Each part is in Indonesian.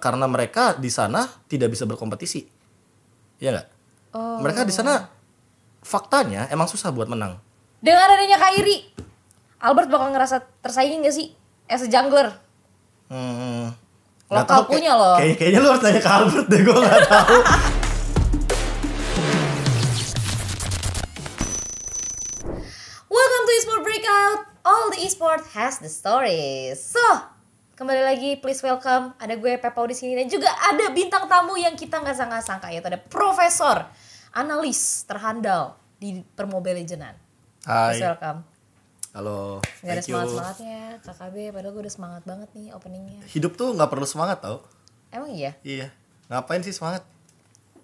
karena mereka di sana tidak bisa berkompetisi. Iya nggak? Oh. Mereka di sana faktanya emang susah buat menang. Dengan adanya Kairi, Albert bakal ngerasa tersaingi gak sih as a jungler? Hmm. Lokal nggak tahu, kayak- punya loh. kayak- kayaknya lu harus tanya ke Albert deh, gue nggak tahu. Welcome to Esport Breakout. All the esport has the stories. So, kembali lagi please welcome ada gue Pepau di sini dan juga ada bintang tamu yang kita nggak sangka-sangka yaitu ada profesor analis terhandal di Permobile Legendan. Hai. Please welcome. Halo. Gak ada Thank you. semangat-semangatnya KKB padahal gue udah semangat banget nih openingnya. Hidup tuh nggak perlu semangat tau. Emang iya? Iya. Ngapain sih semangat?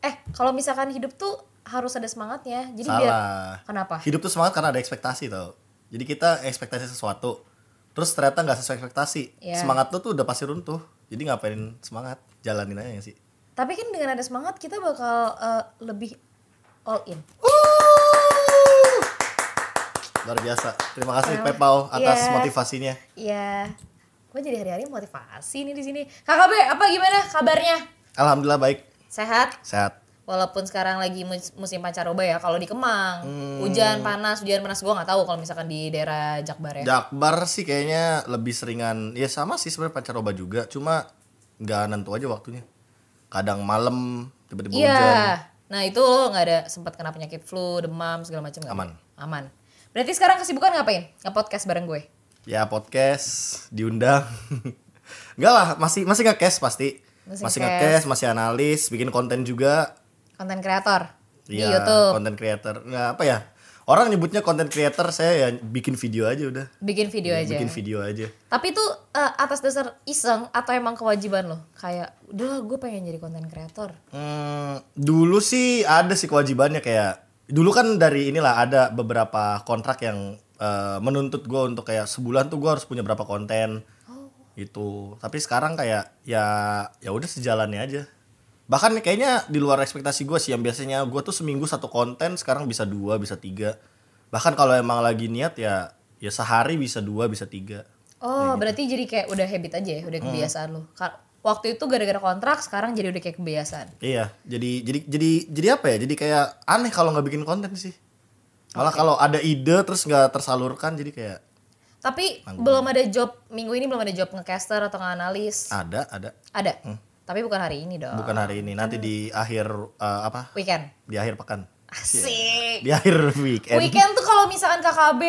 Eh, kalau misalkan hidup tuh harus ada semangatnya. Jadi biar Salah. Kenapa? Hidup tuh semangat karena ada ekspektasi tau. Jadi kita ekspektasi sesuatu. Terus ternyata nggak sesuai ekspektasi. Iya. Semangat lu tuh udah pasti runtuh. Jadi ngapain semangat? Jalanin aja nggak sih. Tapi kan dengan ada semangat kita bakal eh, lebih all in. Luar biasa. Terima kasih Wah. Pepau atas Iya. motivasinya. Iya. Gue jadi hari-hari motivasi nih di sini. KKB, apa gimana kabarnya? Alhamdulillah baik. Sehat? Sehat. Walaupun sekarang lagi mus- musim pancaroba ya, kalau di Kemang, Hmm. hujan panas, hujan panas gue nggak tahu kalau misalkan di daerah Jakbar ya. Jakbar sih kayaknya lebih seringan. Ya sama sih sebenarnya pancaroba juga. Cuma nggak nentu aja waktunya. Kadang malam tiba-tiba Iya. hujan. Nah itu lo nggak ada sempat kena penyakit flu, demam segala macam nggak? Aman. Aman. Berarti sekarang kesibukan ngapain? Nge podcast bareng gue. Ya podcast diundang. Enggak lah, masih masih nge-cast pasti. Masih Masih, nge-cast. nge-cast, masih analis, bikin konten juga. Konten kreator di Iya, YouTube. konten creator. Nggak apa ya? Orang nyebutnya konten creator, saya ya bikin video aja udah. Bikin video aja. iya, Bikin video aja. Tapi itu eh, atas dasar iseng atau emang kewajiban lo? Kayak, udah gue pengen jadi konten kreator. Hmm, dulu sih ada sih kewajibannya kayak dulu kan dari inilah ada beberapa kontrak yang eh, menuntut gue untuk kayak sebulan tuh gue harus punya berapa konten itu tapi sekarang kayak ya ya udah sejalannya aja bahkan kayaknya di luar ekspektasi gue sih yang biasanya gue tuh seminggu satu konten sekarang bisa dua bisa tiga bahkan kalau emang lagi niat ya ya sehari bisa dua bisa tiga Oh, berarti jadi kayak udah habit aja ya, udah kebiasaan lo. Ka- Waktu itu gara-gara kontrak, sekarang jadi udah kayak kebiasaan. Iya, jadi jadi jadi jadi apa ya? Jadi kayak aneh kalau nggak bikin konten sih. Malah kalau ada ide terus nggak tersalurkan jadi kayak Tapi belum ada job minggu ini belum ada job ngecaster atau ngeanalis. ada ada Ada. Tapi bukan hari ini dong. bukan hari ini nanti di akhir eh, apa? Weekend. Di akhir pekan. Asik. Di akhir Iya. weekend. Weekend tuh kalau misalkan KKB,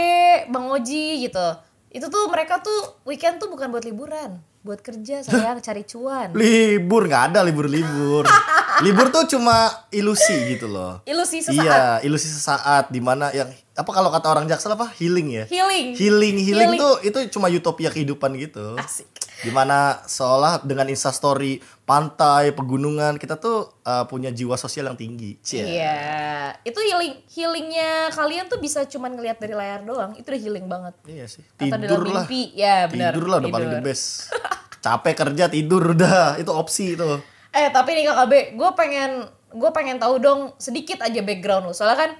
Bang Oji gitu. Itu tuh mereka tuh weekend tuh bukan buat liburan, buat kerja sayang cari cuan. Libur nggak ada libur-libur. libur tuh cuma ilusi gitu loh. Ilusi sesaat. Iya, ilusi sesaat dimana yang apa kalau kata orang jaksel apa healing ya? Healing. Healing, healing, Healing. tuh itu cuma utopia kehidupan gitu. Asik. Dimana seolah dengan instastory pantai, pegunungan kita tuh uh, punya jiwa sosial yang tinggi. Cie. Iya, itu healing healingnya kalian tuh bisa cuman ngelihat dari layar doang, itu udah healing banget. Iya sih. Atau dalam Tidur lah. mimpi. Ya, benar. Tidur lah udah paling the Tidur. best. Capek kerja tidur udah itu opsi itu. Eh tapi nih KKB, gue pengen gue pengen tahu dong sedikit aja background lo, soalnya kan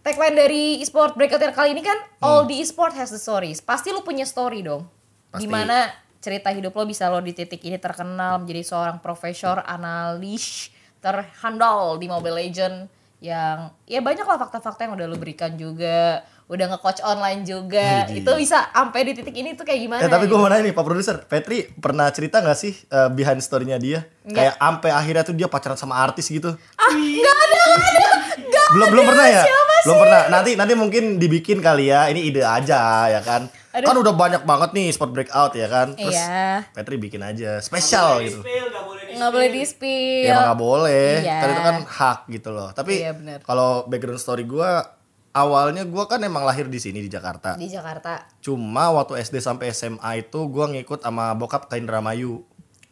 tagline dari e-sport breakout yang kali ini kan Hmm. all the e-sport has the stories. Pasti lu punya story dong. Pasti. Gimana cerita hidup lo bisa lo di titik ini terkenal menjadi seorang profesor analis terhandal di Mobile Legend yang ya banyak lah fakta-fakta yang udah lu berikan juga udah nge-coach online juga Widih. itu bisa sampai di titik ini tuh kayak gimana eh tapi gue gitu. mau nanya nih Pak Produser, Petri pernah cerita gak sih uh, behind story-nya dia? Kayak Nggak. ampe akhirnya tuh dia pacaran sama artis gitu. ah nggak ada nggak ada nggak belum belum pernah ya siapa belum pernah nanti nanti mungkin dibikin kali ya ini ide aja ya kan Aduh. kan udah banyak banget nih sport breakout ya kan terus Iya. Petri bikin aja spesial gitu nggak boleh di spill ya emang nggak boleh Iya. kan itu kan hak gitu loh tapi Iya, benar. kalau background story gua awalnya gua kan emang lahir di sini di Jakarta di Jakarta cuma waktu SD sampai SMA itu gua ngikut sama bokap ke Indramayu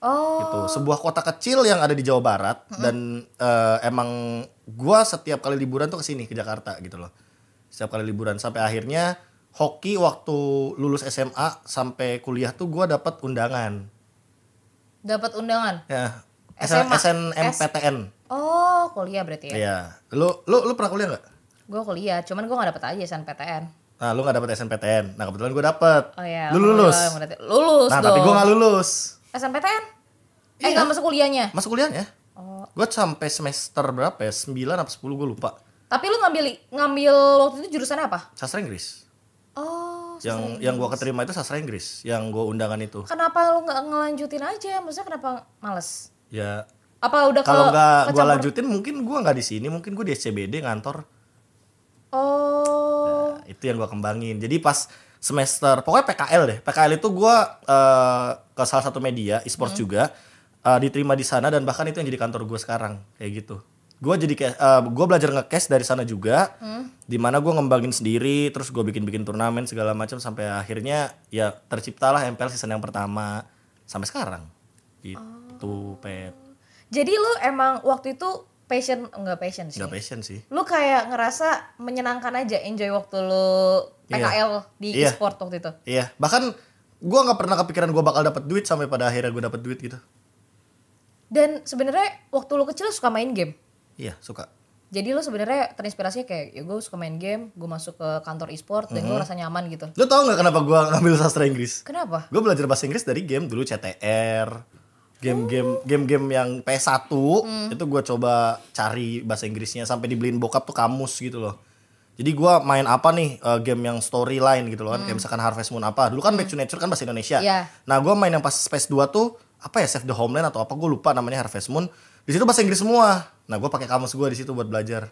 oh gitu sebuah kota kecil yang ada di Jawa Barat dan eh, emang gua setiap kali liburan tuh kesini ke Jakarta gitu loh setiap kali liburan sampai akhirnya hoki waktu lulus SMA sampai kuliah tuh gua dapat undangan dapat undangan ya SMA. SNMPTN oh kuliah berarti ya ya lu lu lu pernah kuliah nggak gue kuliah cuman gue nggak dapet aja SNPTN nah lu nggak dapat SNPTN nah kebetulan gua dapet oh ya lu lulus lulus lulus nah dong tapi gua nggak lulus SNPTN Eh Iya. nggak masuk kuliahnya. Masuk kuliah ya? Oh. Gue sampai semester berapa ya? 9 apa 10 gue lupa. Tapi lu ngambil ngambil waktu itu jurusan apa? Sastra Inggris. Oh. Yang yang gue keterima itu sastra Inggris, yang gue undangan itu. Kenapa lu nggak ngelanjutin aja? Maksudnya kenapa males? Ya Apa udah kalau ke- nggak gue kecampur- lanjutin mungkin gue nggak di sini, mungkin gue di SCBD ngantor. Oh. Nah, itu yang gue kembangin. Jadi pas semester pokoknya PKL deh. PKL itu gue ke salah satu media e-sports juga eh, diterima di sana dan bahkan itu yang jadi kantor gue sekarang kayak gitu. Gue jadi kayak gue belajar nge-cash dari sana juga. Dimana gue ngembangin sendiri, terus gue bikin-bikin turnamen segala macam sampai akhirnya ya terciptalah MPL season yang pertama sampai sekarang. Itu pet. Jadi lu emang waktu itu passion enggak passion sih. Gak passion sih. Lu kayak ngerasa menyenangkan aja enjoy waktu lu Iya. PKL di Iya. e-sport waktu itu. Iya, bahkan gue nggak pernah kepikiran gue bakal dapat duit sampai pada akhirnya gue dapat duit gitu. Dan sebenarnya waktu lu kecil suka main game. Iya, suka. Jadi lu sebenarnya terinspirasinya kayak ya gue suka main game, gue masuk ke kantor e-sport dan Mm-hmm. gue rasa nyaman gitu. Lo tau nggak kenapa gue ngambil sastra Inggris? Kenapa? Gue belajar bahasa Inggris dari game dulu CTR, Oh. game-game game-game yang PS1 Hmm. itu gue coba cari bahasa Inggrisnya sampai dibeliin bokap tuh kamus gitu loh. Jadi gue main apa nih eh, game yang storyline gitu loh kan kayak misalkan Harvest Moon apa. Dulu kan Back to Nature kan bahasa Indonesia. Hmm. Iya. Nah, gue main yang pas Space 2 tuh apa ya Save the Homeland atau apa gue lupa namanya Harvest Moon. Di situ bahasa Inggris semua. Nah, gue pakai kamus gue di situ buat belajar.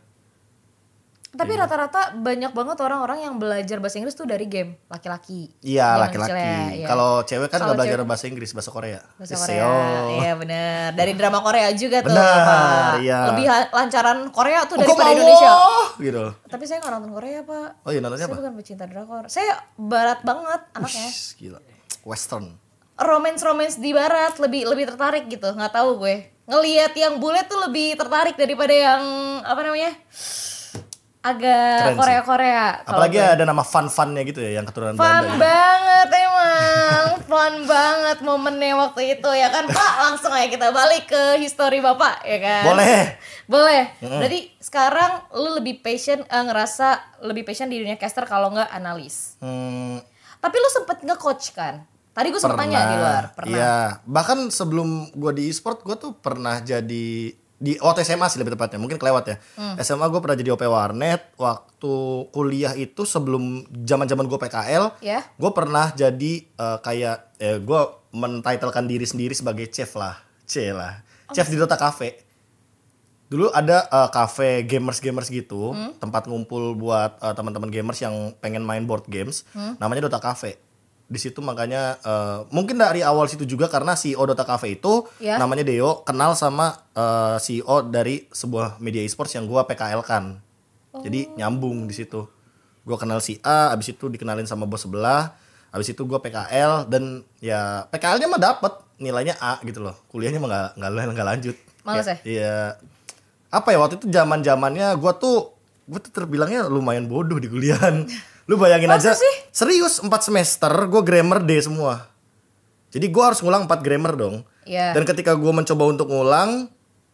Iya. Tapi rata-rata banyak banget orang-orang yang belajar bahasa Inggris tuh dari game, laki-laki. Iya, Zaman kecilnya, laki-laki. iya. Kalau cewek kan Kalau nggak belajar bahasa Inggris, bahasa Korea. bahasa Seo. Korea. Iya benar. Dari drama Korea juga tuh. Benar, Pak. iya. Lebih ha- lancaran Korea tuh Kok daripada mau? Indonesia. Gitu. Tapi saya nggak nonton Korea, Pak. Oh iya nontonnya Saya apa? bukan pecinta drakor. Saya barat banget anaknya. Ush, gila. Western. Romance-romance di barat lebih lebih tertarik gitu. nggak tahu gue. Ngelihat yang bule tuh lebih tertarik daripada yang apa namanya? Keren Agak sih. Korea-Korea. Kalau Apalagi gue. ada nama fun-funnya gitu ya yang keturunan Fun Belanda. banget emang, fun banget momennya waktu itu ya kan Pak. Langsung aja kita balik ke history Bapak ya kan. Boleh. Boleh. Berarti sekarang lu lebih passion eh, ngerasa lebih passion di dunia caster kalau nggak analis. Hmm, Tapi lu sempet nge-coach kan? Tadi gue sempet tanya di luar, pernah. Iya, bahkan sebelum gua di e-sport gua tuh pernah jadi di waktu SMA sih lebih tepatnya, mungkin kelewat ya. Hmm. SMA gua pernah jadi OP warnet waktu kuliah itu sebelum zaman-zaman gua PKL. Ya. Gue pernah jadi eh, kayak eh, gue mentitelkan diri sendiri sebagai chef lah, C lah, Oh, chef di Dota Cafe. Dulu ada eh, cafe gamers-gamers gitu, tempat ngumpul buat eh, teman-teman gamers yang pengen main board games. Namanya Dota Cafe. Di situ makanya eh, mungkin dari awal situ juga karena CEO Dota Cafe itu Ya. namanya Deo kenal sama eh, CEO dari sebuah media esports yang gua PKL kan. Jadi nyambung di situ. Gua kenal si A, abis itu dikenalin sama bos sebelah, abis itu gua PKL dan ya PKL-nya mah dapet nilainya A gitu loh. Kuliahnya mah nggak nggak nggak lanjut. Males ya? Kayak- Iya. Apa ya waktu itu zaman zamannya gua tuh gua tuh terbilangnya lumayan bodoh di kuliahan. Lu bayangin Masa aja. sih? Serius 4 semester gua grammar D semua. Jadi gua harus ngulang 4 grammar dong. Iya. Dan ketika gua mencoba untuk ngulang,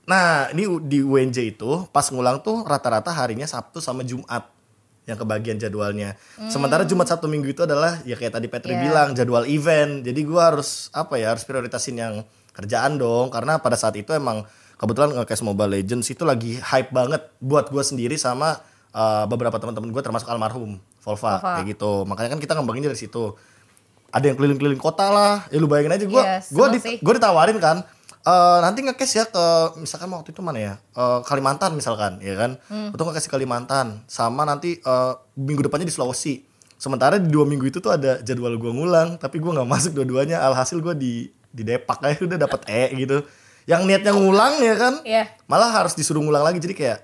nah ini u- di UNJ itu pas ngulang tuh rata-rata harinya Sabtu sama Jumat yang kebagian jadwalnya. Sementara Jumat satu minggu itu adalah ya kayak tadi Petri Hmm. Iya. bilang jadwal event. Jadi gua harus apa ya harus prioritasin yang kerjaan dong karena pada saat itu emang kebetulan nge-cash Mobile Legends itu lagi hype banget buat gua sendiri sama uh, beberapa teman-teman gua termasuk almarhum Volva Volva. kayak gitu. Makanya kan kita ngembangin dari situ. Ada yang keliling-keliling kota lah. Ya lu bayangin aja gue Iya, gue seneng dit- sih. gue ditawarin kan eh nanti nge-cash ya ke misalkan waktu itu mana ya Eh, Kalimantan misalkan ya kan atau nge-cash di Kalimantan sama nanti eh, minggu depannya di Sulawesi sementara di dua minggu itu tuh ada jadwal gue ngulang tapi gue nggak masuk dua-duanya alhasil gue di di depak aja udah dapet E gitu yang niatnya ngulang ya kan Iya. malah harus disuruh ngulang lagi jadi kayak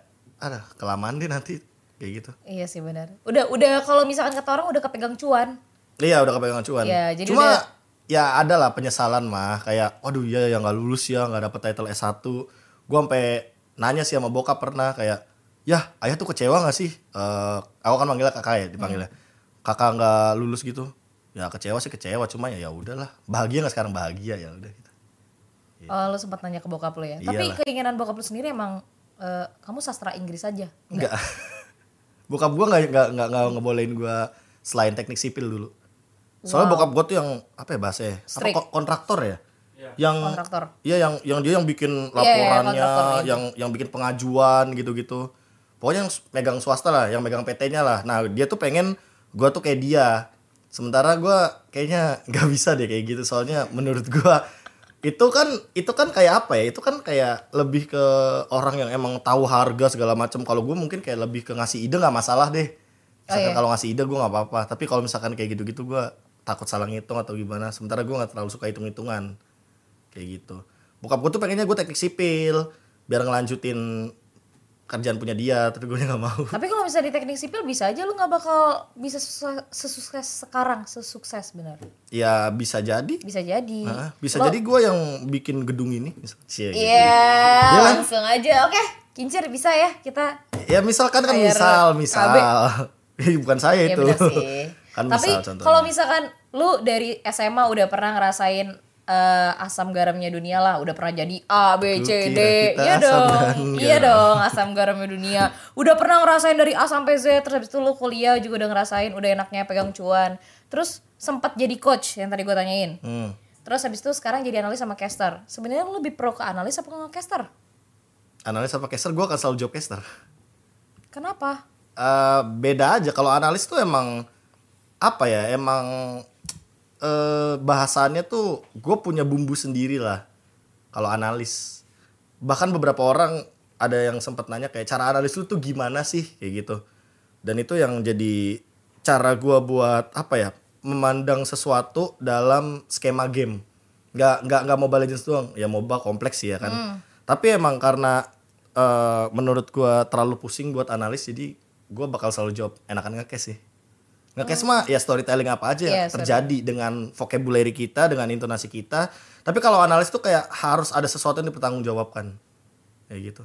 ada kelamaan deh nanti kayak gitu Iya sih benar. Udah udah kalau misalkan kata orang udah kepegang cuan. Iya udah kepegang cuan. Iya, jadi Cuma udah- ya ada lah penyesalan mah kayak waduh ya yang nggak lulus ya nggak dapet title S1. Gua sampai nanya sih sama bokap pernah kayak Yah, ayah tuh kecewa gak sih? Eh, aku kan manggilnya kakak ya, dipanggilnya. Hmm. Kakak nggak lulus gitu. Ya kecewa sih kecewa, cuma ya ya udahlah. Bahagia nggak sekarang bahagia ya udah. gitu. Oh, lu sempat nanya ke bokap lu ya. Tapi Iyalah. keinginan bokap lu sendiri emang eh, kamu sastra Inggris aja. Enggak. bokap gua nggak nggak nggak nggak ngebolehin gua selain teknik sipil dulu. Soalnya bokap gua tuh yang apa ya bahasanya? Apa Strict. ko- kontraktor ya? yang Kontraktor. Iya yang yang dia yang bikin Iya, iya, laporannya, kontraktor itu. yang yang bikin pengajuan gitu-gitu. Pokoknya yang s- megang swasta lah, yang megang PT-nya lah. Nah, dia tuh pengen gua tuh kayak dia. Sementara gua kayaknya nggak bisa deh kayak gitu soalnya menurut gua itu kan itu kan kayak apa ya? Itu kan kayak lebih ke orang yang emang tahu harga segala macam. Kalau gua mungkin kayak lebih ke ngasih ide nggak masalah deh. Oh, Misalkan iya. kalau ngasih ide gua nggak apa-apa, tapi kalau misalkan kayak gitu-gitu gua takut salah ngitung atau gimana. Sementara gua nggak terlalu suka hitung-hitungan kayak gitu bokap gue tuh pengennya gue teknik sipil biar ngelanjutin kerjaan punya dia tapi gue nggak mau Tapi kalau misalnya di teknik sipil bisa aja lu nggak bakal bisa sesu- sesukses sekarang, sesukses benar. ya bisa jadi Bisa jadi. Hah? bisa Lo- jadi gue yang bikin gedung ini misal- Cie, gitu. Iya, Iya kan? langsung aja. Oke, kincir bisa ya kita. ya misalkan kan Air misal misal AB. Ya, bukan saya Ya itu benar sih. kan Tapi misal contohnya kalau misalkan lu dari SMA udah pernah ngerasain eh, asam garamnya dunia lah, udah pernah jadi A, B, C, Gokil, D. kita Iya asam dan dong. Iya garam. dong, asam garamnya dunia. Udah pernah ngerasain dari A sampai Z, terus habis itu lu kuliah juga udah ngerasain udah enaknya pegang cuan. Terus sempat jadi coach yang tadi gue tanyain. Hmm. Terus habis itu sekarang jadi analis sama caster. Sebenarnya lu lebih pro ke analis apa ke caster? analis sama caster gue akan selalu job caster Kenapa? Eh, beda aja kalau analis tuh emang apa ya emang eh bahasannya tuh gue punya bumbu sendiri lah kalau analis bahkan beberapa orang ada yang sempat nanya kayak cara analis lu tuh gimana sih kayak gitu dan itu yang jadi cara gue buat apa ya memandang sesuatu dalam skema game nggak nggak nggak mobile legends doang ya moba kompleks sih ya kan tapi emang karena eh, menurut gue terlalu pusing buat analis jadi gue bakal selalu jawab enakan ngekes sih Ngekes mah ya storytelling apa aja Iya, yang terjadi dengan vocabulary kita, dengan intonasi kita. Tapi kalau analis tuh kayak harus ada sesuatu yang dipertanggungjawabkan. Kayak gitu.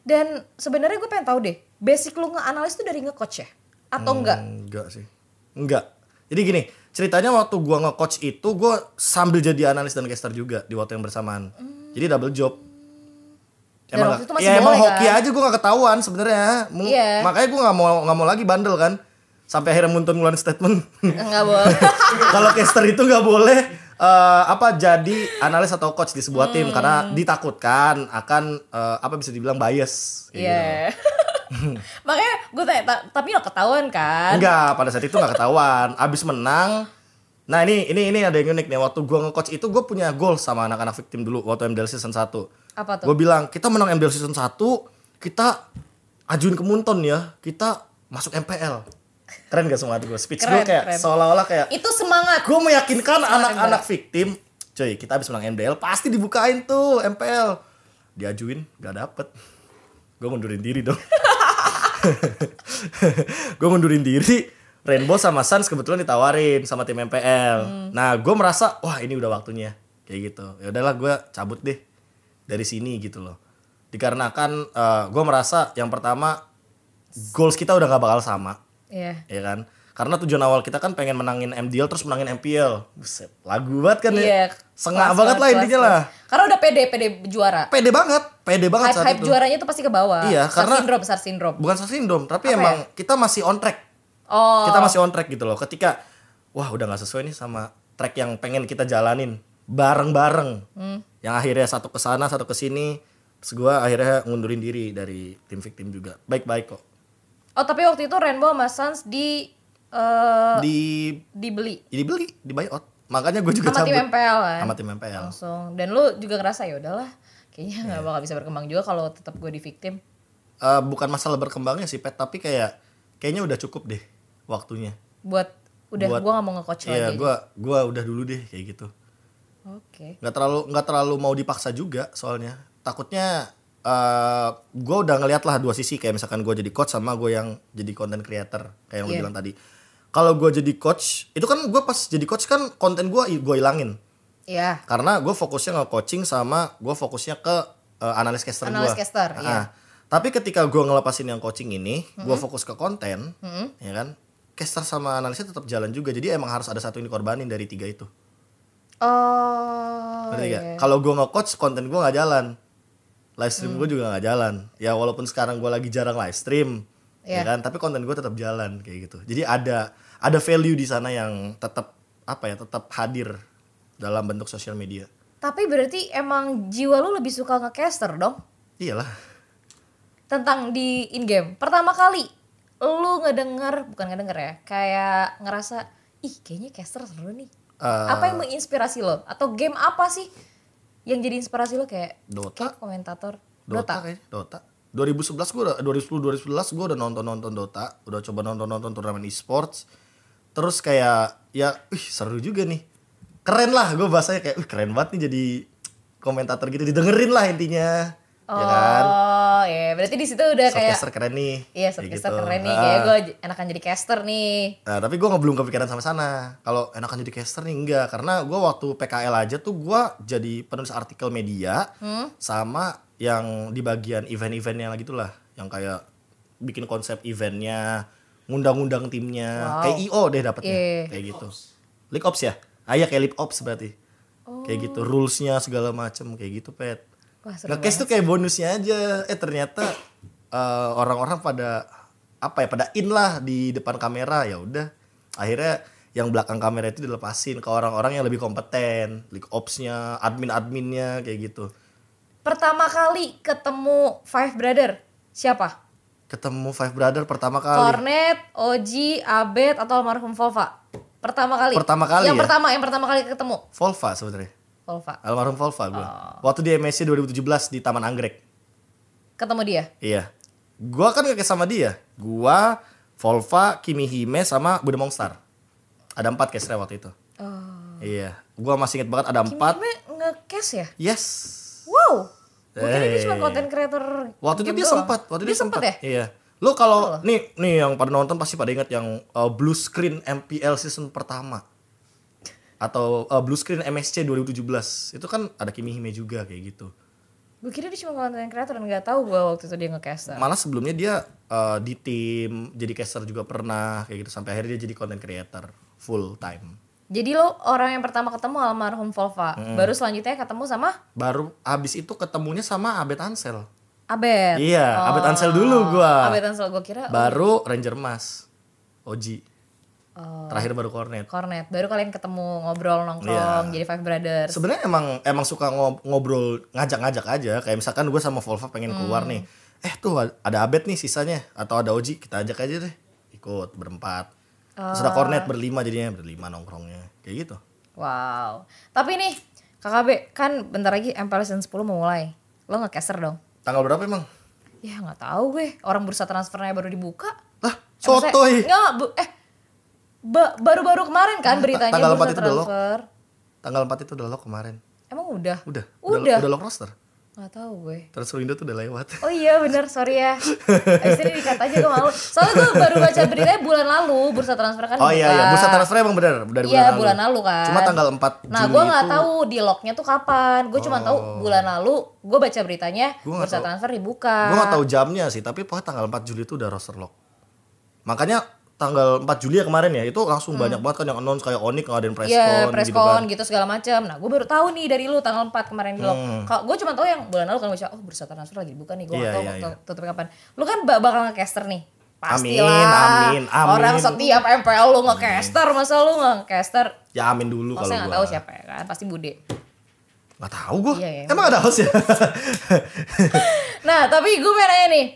Dan sebenarnya gue pengen tahu deh, basic lu nge-analis itu dari nge-coach ya? Atau Hmm. enggak? Enggak sih. Enggak. Jadi gini, ceritanya waktu gua nge-coach itu gua sambil jadi analis dan caster juga di waktu yang bersamaan. Jadi double job. Hmm. Dan Emang, waktu itu nggak- masih ya emang boleh, hoki kan? aja gua gak ketahuan sebenarnya. Mu- Iya. Makanya gua nggak mau nggak mau lagi bandel kan. Sampai akhirnya muntun ngeluarin statement. Enggak boleh. kalau caster itu nggak boleh eh, apa jadi analis atau coach di sebuah Hmm. tim karena ditakutkan akan eh, apa bisa dibilang bias ya kayak Iya. Makanya gue tanya, "Ta- tapi lo ketahuan gitu. kan? enggak pada saat itu nggak ketahuan abis menang nah ini ini ini ada yang unik nih waktu gua nge-coach itu gue punya goal sama anak-anak victim dulu waktu MDL season 1 Apa tuh? gue bilang kita menang MDL season 1 kita ajuin ke Munton ya kita masuk MPL keren gak semangat gue speech gue Keren, kayak keren. seolah-olah kayak Itu semangat. gue meyakinkan anak-anak Mbak. victim cuy kita habis menang MDL pasti dibukain tuh MPL diajuin gak dapet gue mundurin diri dong gue mundurin diri Rainbow sama Suns kebetulan ditawarin sama tim MPL nah gue merasa wah ini udah waktunya kayak gitu ya udahlah gue cabut deh dari sini gitu loh dikarenakan gue merasa yang pertama goals kita udah gak bakal sama Iya. ya kan? Karena tujuan awal kita kan pengen menangin MDL terus menangin MPL. Buset, lagu banget kan ya. Iya. Sengak Kelas, banget lah kelas, intinya kelas. lah. Karena udah pede, pede juara. Pede banget, pede banget saat Hype-hype itu. juaranya tuh pasti ke bawah. Iya, Sar karena- syndrome, sar syndrome. Bukan sar sindrom, tapi Apa ya? emang kita masih on track. Oh. Kita masih on track gitu loh. Ketika wah udah nggak sesuai nih sama track yang pengen kita jalanin bareng-bareng. Hmm. Yang akhirnya satu ke sana, satu ke sini. Terus gue akhirnya ngundurin diri dari tim victim juga. Baik-baik kok. Oh, tapi waktu itu Rainbow sama Suns di eh, Di dibeli dibeli, di buyout. Makanya gue juga sama tim cabut MPL kan? sama tim MPL. Langsung. Dan lu juga ngerasa ya udahlah, kayaknya Iya. nggak bakal bisa berkembang juga kalau tetap gue di victim. Eh, bukan masalah berkembangnya sih pet tapi kayak kayaknya udah cukup deh waktunya Buat udah Buat- gue nggak mau nge-coach iya lagi. gua gua udah dulu deh kayak gitu Oke. nggak terlalu nggak terlalu mau dipaksa juga soalnya takutnya eh gue udah ngeliat lah dua sisi kayak misalkan gue jadi coach sama gue yang jadi content creator kayak yang lo Iya. bilang tadi kalau gue jadi coach itu kan gue pas jadi coach kan konten gue gue hilangin Iya. karena gue fokusnya nge-coaching sama gue fokusnya ke eh, analis caster gue. Analis caster, iya. Tapi ketika gue ngelepasin yang coaching ini, gue fokus ke konten, ya kan? Caster sama analisnya tetap jalan juga. Jadi emang harus ada satu yang dikorbanin dari tiga itu. Oh. Ngerti nggak? iya. Kalau gue nge-coach, konten gue nggak jalan. Live stream Mm. gue juga nggak jalan. Ya walaupun sekarang gue lagi jarang live stream, ya Iya. kan? Tapi konten gue tetap jalan kayak gitu. Jadi ada ada value di sana yang tetap apa ya? Tetap hadir dalam bentuk sosial media. Tapi berarti emang jiwa lu lebih suka ngecaster dong Iyalah. tentang di in game. Pertama kali lu ngedenger bukan ngedenger ya, kayak ngerasa ih kayaknya caster seru nih. Eh, apa yang menginspirasi lo atau game apa sih yang jadi inspirasi lo kayak Dota. kayak komentator Dota Dota. kayaknya, Dota. 2011 gue udah eh, 2010 2011 gue udah nonton-nonton Dota, udah coba nonton-nonton turnamen e-sports. Terus kayak ya, wih seru juga nih. Keren lah gue bahasanya kayak, wih keren banget nih jadi komentator gitu didengerin lah intinya. Ya kan? Oh, ya berarti di situ udah kayak Shortcaster keren nih. iya Kayak shortcaster gitu. keren nih, Ah. kayak gue enakan jadi caster nih. Nah, tapi gue belum kepikiran sama sana. Kalau enakan jadi caster nih enggak, karena gue waktu PKL aja tuh gue jadi penulis artikel media Hmm? sama yang di bagian event-eventnya lah gitulah, yang kayak bikin konsep eventnya, ngundang-undang timnya, Wow. kayak IO deh dapetnya, Iya. kayak gitu. League Ops ya, ah ya kayak League Ops berarti, kayak Oh. gitu, rulesnya segala macem kayak gitu pet. Wah, seru Nge-case tuh kayak bonusnya aja. Eh ternyata eh, orang-orang pada apa ya pada in lah di depan kamera ya udah. Akhirnya yang belakang kamera itu dilepasin ke orang-orang yang lebih kompeten, like ops-nya, admin-adminnya kayak gitu. Pertama kali ketemu Five Brother siapa? Ketemu Five Brother pertama kali. Cornet, Oji, Abed atau almarhum Volva? Pertama kali. Pertama kali Yang ya? pertama, yang pertama kali ketemu Volva sebenarnya. Volva. Almarhum Volva gue. Waktu di MSC 2017 di Taman Anggrek. Ketemu dia. Iya. Gua kan kayak sama dia. Gua, Volva, Kimi Hime sama Bude Mongstar. Ada empat case waktu itu. Oh. Iya, gua masih inget banget ada Kimi empat. Hime nge-cast ya? Yes. Wow. Gue kira dia Eh. cuma content creator. Waktu itu game dia doang. sempat, waktu dia sempat ya? Oh. Iya. Lo kalau nih nih yang pada nonton pasti pada ingat yang uh, Blue Screen MPL season pertama atau uh, Blue Screen MSC 2017 itu kan ada Kimi Hime juga kayak gitu. Gue kira dia cuma content creator nggak tahu gue waktu itu dia nge-caster. Malah sebelumnya dia uh, di tim jadi caster juga pernah kayak gitu sampai akhirnya dia jadi content creator full time. Jadi lo orang yang pertama ketemu almarhum Volva, Hmm. baru selanjutnya ketemu sama Baru abis itu ketemunya sama Abed Ansel. Abed. Oh. Iya, Abed Ansel dulu gua. Abed Ansel gue kira Baru Ranger Mas. Oji. oh, Terakhir baru Cornet. Cornet. Baru kalian ketemu ngobrol nongkrong Iya. jadi Five Brothers. sebenarnya emang emang suka ngob- ngobrol ngajak-ngajak aja kayak misalkan gue sama Volva pengen Hmm. keluar nih eh tuh ad- ada Abed nih sisanya atau ada Oji kita ajak aja deh ikut berempat terus ada Oh. Cornet berlima jadinya berlima nongkrongnya kayak gitu Wow. Tapi nih KKB kan bentar lagi MPL season 10 mau mulai. Lo nge-caster dong. tanggal berapa emang Ya nggak tahu gue. Orang bursa transfernya baru dibuka. lah Eh, maksudnya- sotoy Nggak, bu- eh ba- baru-baru kemarin kan beritanya tanggal bursa empat itu udah lock. transfer. tanggal 4 itu udah lo kemarin Emang udah? udah Udah. udah lo roster Nggak tahu gue. transfer window tuh udah lewat Oh iya bener, sorry ya. Abis ini dikat aja gue malu. Soalnya gue baru baca beritanya bulan lalu, bursa transfer kan oh iya dibuka. iya bursa transfer emang bener dari Iya, bulan, bulan lalu. lalu kan. cuma tanggal 4 Nah Juli gue nggak itu- Oh. tahu di locknya tuh kapan. Gue cuma tahu bulan lalu gue baca beritanya Gua nggak bursa tahu. transfer dibuka. Gue gak tahu jamnya sih, tapi pokoknya tanggal 4 Juli itu udah roster lock. Makanya tanggal 4 Juli ya kemarin ya, itu langsung banyak banget kan yang announce kayak Onik ngadain press Hmm. Iya, con press gitu kan. con gitu segala macam. Nah, gue baru tahu nih dari lu tanggal 4 kemarin di lock. Kalau gue cuma tahu yang bulan lalu kan gue oh bursa transfer lagi dibuka nih, gue Hmm. Iya, nggak tahu iya, waktu tutup kapan. Lu kan ba- bakal nge-caster nih. Pastilah. Amin, amin, amin. Orang setiap MPL lu nge-caster, masa lu nggak nge-caster? Ya amin dulu kalau Maksudnya gue. nggak tahu siapa ya kan, pasti Bude. Gak tahu gue. Iya, iya. Emang ada host ya? Nah, tapi gue pengen nanya nih,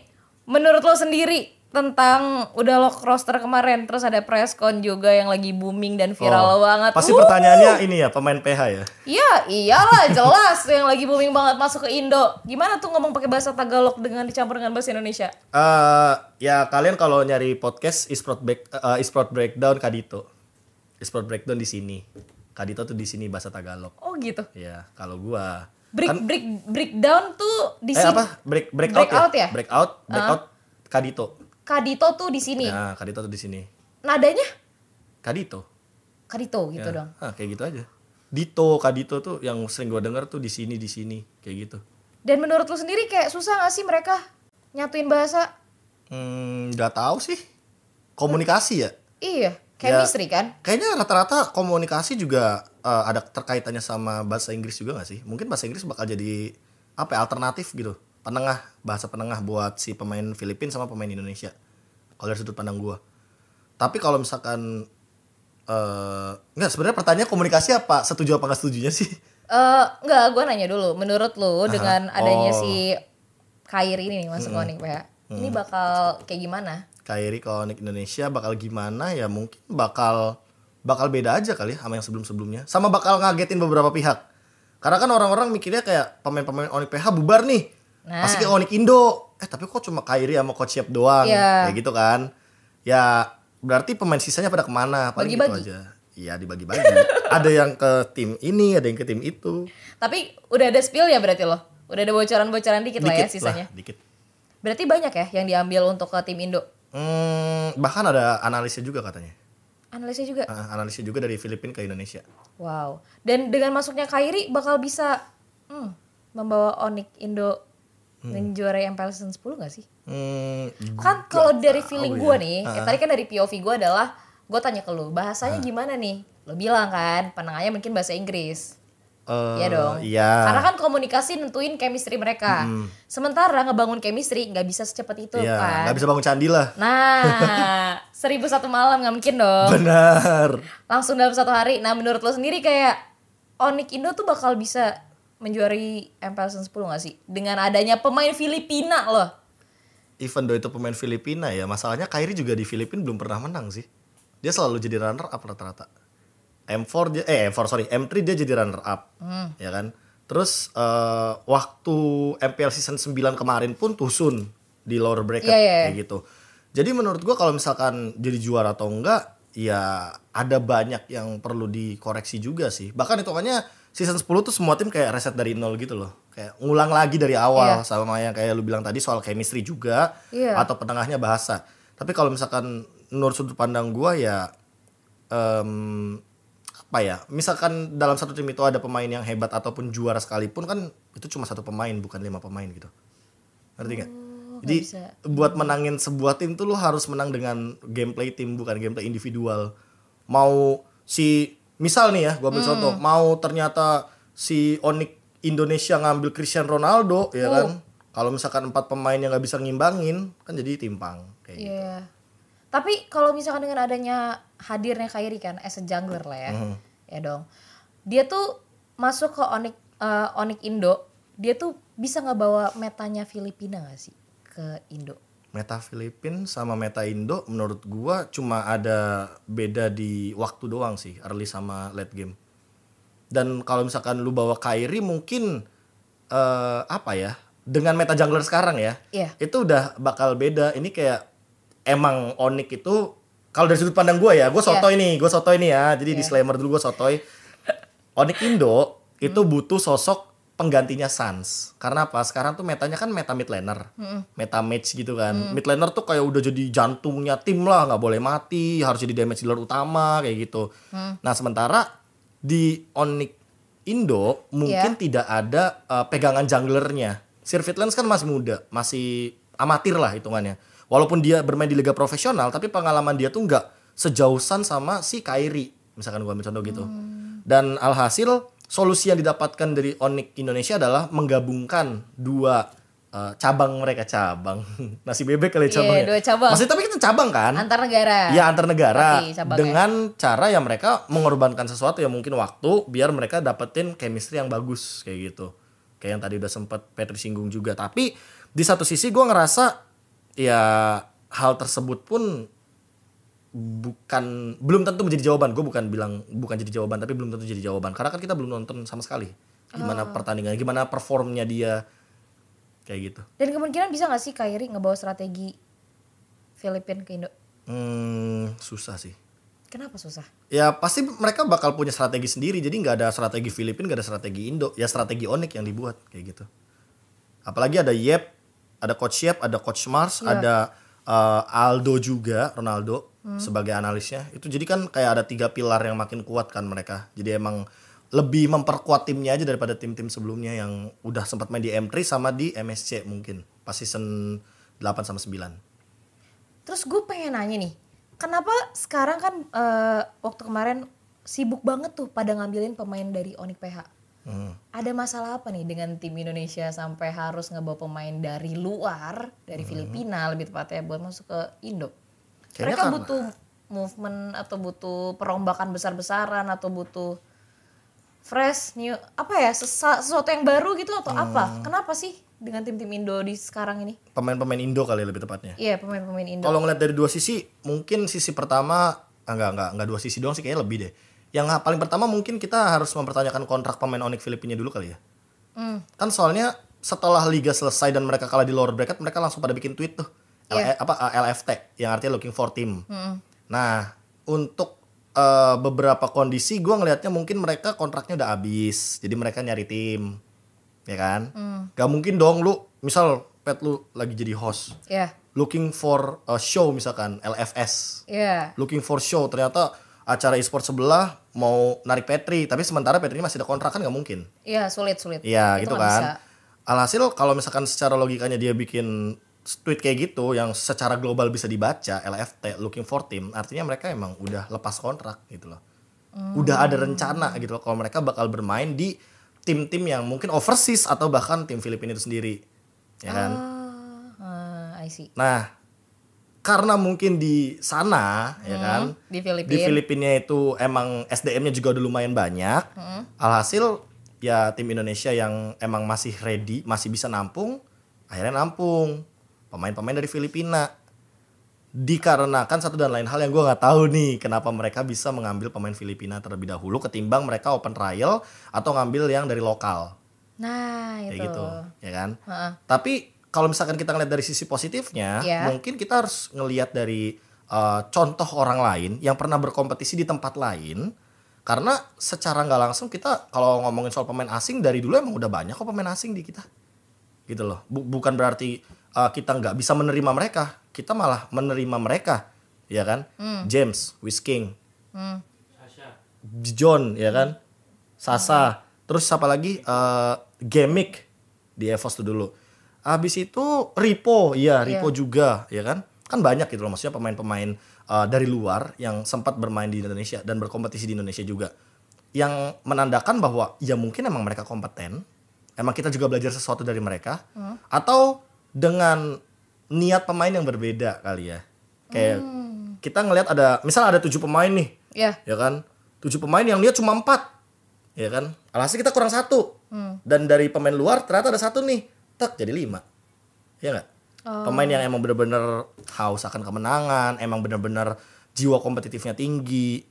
menurut lo sendiri tentang udah lock roster kemarin, terus ada press con juga yang lagi booming dan Oh, viral banget. Pasti Wuh. pertanyaannya ini ya, pemain PH ya. Iya, iyalah jelas yang lagi booming banget masuk ke Indo. Gimana tuh ngomong pakai bahasa Tagalog dengan dicampur dengan bahasa Indonesia? Eh ya kalian kalau nyari podcast Esport Break eh, Esport Breakdown Kadito. Esport Breakdown di sini. Kadito tuh di sini bahasa Tagalog. Oh gitu. Ya, kalau gua Break break breakdown tuh di Kan- eh sini. apa? Break breakout Breakout ya? ya? Breakout, breakout Kadito. Kadito tuh di sini. Ya, Kadito tuh di sini. Nadanya Kadito. Kadito gitu dong. Ah, kayak gitu aja. Dito, Kadito tuh yang sering gue denger tuh di sini di sini kayak gitu. Dan menurut lu sendiri kayak susah gak sih mereka nyatuin bahasa? Hmm, nggak tahu sih. Komunikasi ya. Iya, chemistry kan. Kayaknya rata-rata komunikasi juga eh, ada terkaitannya sama bahasa Inggris juga gak sih? Mungkin bahasa Inggris bakal jadi apa ya, alternatif gitu. Penengah, bahasa penengah buat si pemain Filipina sama pemain Indonesia. Kalau dari sudut pandang gua. Tapi kalau misalkan eh nggak sebenarnya pertanyaan komunikasi apa setuju apa nggak setujunya sih? Eh, enggak, gue nanya dulu. Menurut lu Aha. dengan adanya Oh. si Kairi ini nih masuk ke Onik PH, ini bakal kayak gimana? Kairi kalau naik Indonesia bakal gimana ya mungkin bakal bakal beda aja kali ya sama yang sebelum-sebelumnya. Sama bakal ngagetin beberapa pihak. Karena kan orang-orang mikirnya kayak pemain-pemain Onik PH bubar nih. Nah. Pasti kayak Onik Indo. Eh tapi kok cuma Kairi sama Coach Yap doang. Iya. Kayak gitu kan. Ya berarti pemain sisanya pada kemana. Paling Bagi-bagi. gitu aja. Iya dibagi-bagi. ada yang ke tim ini, ada yang ke tim itu. Tapi udah ada spill ya berarti loh. Udah ada bocoran-bocoran dikit, lah ya Dikit sisanya. lah, dikit. Berarti banyak ya yang diambil untuk ke tim Indo. Hmm, bahkan ada analisnya juga katanya. Analisnya juga. Ah, analisnya juga dari Filipina ke Indonesia. Wow. Dan dengan masuknya Kairi bakal bisa hmm, membawa Onik Indo menjuarai MPL season 10 gak sih? Hmm, Kan kalau dari feeling tahu gue ya. nih, ya tadi kan dari POV gue adalah gue tanya ke lu, bahasanya gimana nih? Lo bilang kan, penengahnya mungkin bahasa Inggris. eh, Iya dong. Iya. Karena kan komunikasi nentuin chemistry mereka. Sementara ngebangun chemistry nggak bisa secepat itu Iya, kan. nggak bisa bangun candi lah. Nah, seribu satu malam nggak mungkin dong. Benar. Langsung dalam satu hari. Nah, menurut lo sendiri kayak Onik Indo tuh bakal bisa menjuari MPL Season 10 gak sih? Dengan adanya pemain Filipina loh. Even though itu pemain Filipina ya, masalahnya Kairi juga di Filipina belum pernah menang sih. Dia selalu jadi runner up rata-rata. M4 dia, eh M4 sorry, M3 dia jadi runner up. Hmm. Ya kan? Terus eh, waktu MPL season 9 kemarin pun Tusun di lower bracket Iya, iya, iya. kayak gitu. Jadi menurut gua kalau misalkan jadi juara atau enggak, ya ada banyak yang perlu dikoreksi juga sih. Bahkan hitungannya season 10 tuh semua tim kayak reset dari nol gitu loh. Kayak ngulang lagi dari awal sama yang kayak lu bilang tadi soal chemistry juga Iya. atau penengahnya bahasa. Tapi kalau misalkan menurut sudut pandang gua ya em, apa ya? Misalkan dalam satu tim itu ada pemain yang hebat ataupun juara sekalipun kan itu cuma satu pemain bukan lima pemain gitu. Ngerti nggak? Jadi Oh, bisa. Iya. buat menangin sebuah tim tuh lu harus menang dengan gameplay tim bukan gameplay individual. Mau si misal nih ya, gua Hmm. ambil contoh, mau ternyata si Onik Indonesia ngambil Cristiano Ronaldo ya Oh. kan. Kalau misalkan empat pemain yang nggak bisa ngimbangin kan jadi timpang kayak gitu. Iya. Tapi kalau misalkan dengan adanya hadirnya Kairi kan as a jungler lah ya. Hmm. Ya dong. Dia tuh masuk ke Onik eh, Onik Indo, dia tuh bisa nggak bawa metanya Filipina gak sih ke Indo? Meta Filipin sama Meta Indo menurut gua cuma ada beda di waktu doang sih, early sama late game. Dan kalau misalkan lu bawa Kairi mungkin eh apa ya? Dengan meta jungler sekarang ya. Iya. Itu udah bakal beda. Ini kayak emang Onik itu kalau dari sudut pandang gua ya, gue sotoy nih, gue sotoy nih ya. Jadi disclaimer dulu gue sotoy. Onik Indo itu butuh sosok penggantinya Sans. Karena apa? Sekarang tuh metanya kan meta mid laner. Meta match gitu kan. Mid laner tuh kayak udah jadi jantungnya tim lah, nggak boleh mati, harus jadi damage dealer utama kayak gitu. Nah, sementara di Onik Indo mungkin kan tidak ada uh, pegangan junglernya. Sir Fitlands kan masih muda, masih amatir lah hitungannya. Walaupun dia bermain di liga profesional, tapi pengalaman dia tuh nggak sejauhan sama si Kairi, misalkan gua ambil contoh gitu. Hmm. Dan alhasil solusi yang didapatkan dari Onik Indonesia adalah menggabungkan dua eh, cabang mereka cabang nasi bebek kali ya Iya, cabangnya. dua cabang. Maksudnya tapi kita cabang kan? Antar negara. Ya antar negara Pasti Iya, cabangnya. dengan cara yang mereka mengorbankan sesuatu ya mungkin waktu biar mereka dapetin chemistry yang bagus kayak gitu. Kayak yang tadi udah sempet Petri singgung juga. Tapi di satu sisi gua ngerasa ya hal tersebut pun bukan belum tentu menjadi jawaban. Gue bukan bilang bukan jadi jawaban tapi belum tentu jadi jawaban karena kan kita belum nonton sama sekali gimana pertandingannya, gimana performnya dia kayak gitu. Dan kemungkinan bisa gak sih Kairi ngebawa strategi Filipina ke Indo? Hmm, susah sih. Kenapa susah? ya pasti mereka bakal punya strategi sendiri jadi nggak ada strategi Filipina nggak ada strategi Indo ya strategi Onik yang dibuat kayak gitu apalagi ada Yep ada Coach Yep ada Coach Mars ada eh, Aldo juga Ronaldo sebagai analisnya itu jadi kan kayak ada tiga pilar yang makin kuat kan mereka jadi emang lebih memperkuat timnya aja daripada tim-tim sebelumnya yang udah sempat main di M3 sama di MSC mungkin pas season 8 sama 9 Terus gue pengen nanya nih, kenapa sekarang kan eh, waktu kemarin sibuk banget tuh pada ngambilin pemain dari Onik PH? Hmm. Ada masalah apa nih dengan tim Indonesia sampai harus ngebawa pemain dari luar, dari Filipina lebih tepatnya buat masuk ke Indo? Hmm. Kayaknya kan Mereka karena- butuh movement atau butuh perombakan besar-besaran atau butuh fresh new apa ya sesa- sesuatu yang baru gitu atau Hmm. apa? Kenapa sih dengan tim-tim Indo di sekarang ini? Pemain-pemain Indo kali ya, lebih tepatnya. Iya pemain-pemain Indo. Kalau ngeliat dari dua sisi, mungkin sisi pertama ah, enggak enggak enggak dua sisi doang sih kayaknya lebih deh. Yang paling pertama mungkin kita harus mempertanyakan kontrak pemain Onyx Filipina dulu kali ya. Hmm. Kan soalnya setelah liga selesai dan mereka kalah di lower bracket, mereka langsung pada bikin tweet tuh. L- Iya. Hmm. apa eh, LFT yang artinya looking for team. Mm-mm. Nah, untuk eh, beberapa kondisi gua ngelihatnya mungkin mereka kontraknya udah habis. Jadi mereka nyari tim. Ya kan? Hmm. Gak mungkin dong lu misal pet lu lagi jadi host Ya, looking for a show misalkan LFS ya. looking for show ternyata acara e-sport sebelah mau narik Petri tapi sementara Petri masih ada kontrak kan nggak mungkin Iya sulit sulit. iya gitu Itu nggak bisa. kan alhasil kalau misalkan secara logikanya dia bikin tweet kayak gitu yang secara global bisa dibaca LFT looking for team artinya mereka emang udah lepas kontrak gitu loh Hmm. udah ada rencana gitu loh kalau mereka bakal bermain di tim-tim yang mungkin overseas atau bahkan tim Filipina itu sendiri ya kan Ah, ah, I see. Nah, karena mungkin di sana Hmm. ya kan Di Filipina. di Filipina itu emang SDM-nya juga udah lumayan banyak. Alhasil ya tim Indonesia yang emang masih ready, masih bisa nampung, akhirnya nampung pemain-pemain dari Filipina. Dikarenakan satu dan lain hal yang gua nggak tahu nih kenapa mereka bisa mengambil pemain Filipina terlebih dahulu ketimbang mereka open trial atau ngambil yang dari lokal Nah itu. kayak gitu, ya kan? Heeh. Tapi kalau misalkan kita ngeliat dari sisi positifnya, Iya. mungkin kita harus ngeliat dari uh, contoh orang lain yang pernah berkompetisi di tempat lain. Karena secara nggak langsung kita kalau ngomongin soal pemain asing dari dulu emang udah banyak kok pemain asing di kita, gitu loh. Bu- bukan berarti uh, kita nggak bisa menerima mereka, kita malah menerima mereka, ya kan? James, Wisking, Hmm. John, ya kan? Sasa. Terus siapa lagi? Eh Gemic di Evos tuh dulu. Habis itu Ripo, iya Ripo juga, ya kan? Kan banyak gitu loh maksudnya pemain-pemain eh, dari luar yang sempat bermain di Indonesia dan berkompetisi di Indonesia juga. Yang menandakan bahwa ya mungkin emang mereka kompeten, emang kita juga belajar sesuatu dari mereka atau dengan niat pemain yang berbeda kali ya. Kayak kita ngelihat ada misal ada tujuh pemain nih Ya. ya kan tujuh pemain yang lihat cuma empat ya kan alhasil kita kurang satu dan dari pemain luar ternyata ada satu nih tak jadi lima ya nggak pemain yang emang bener-bener haus akan kemenangan emang bener-bener jiwa kompetitifnya tinggi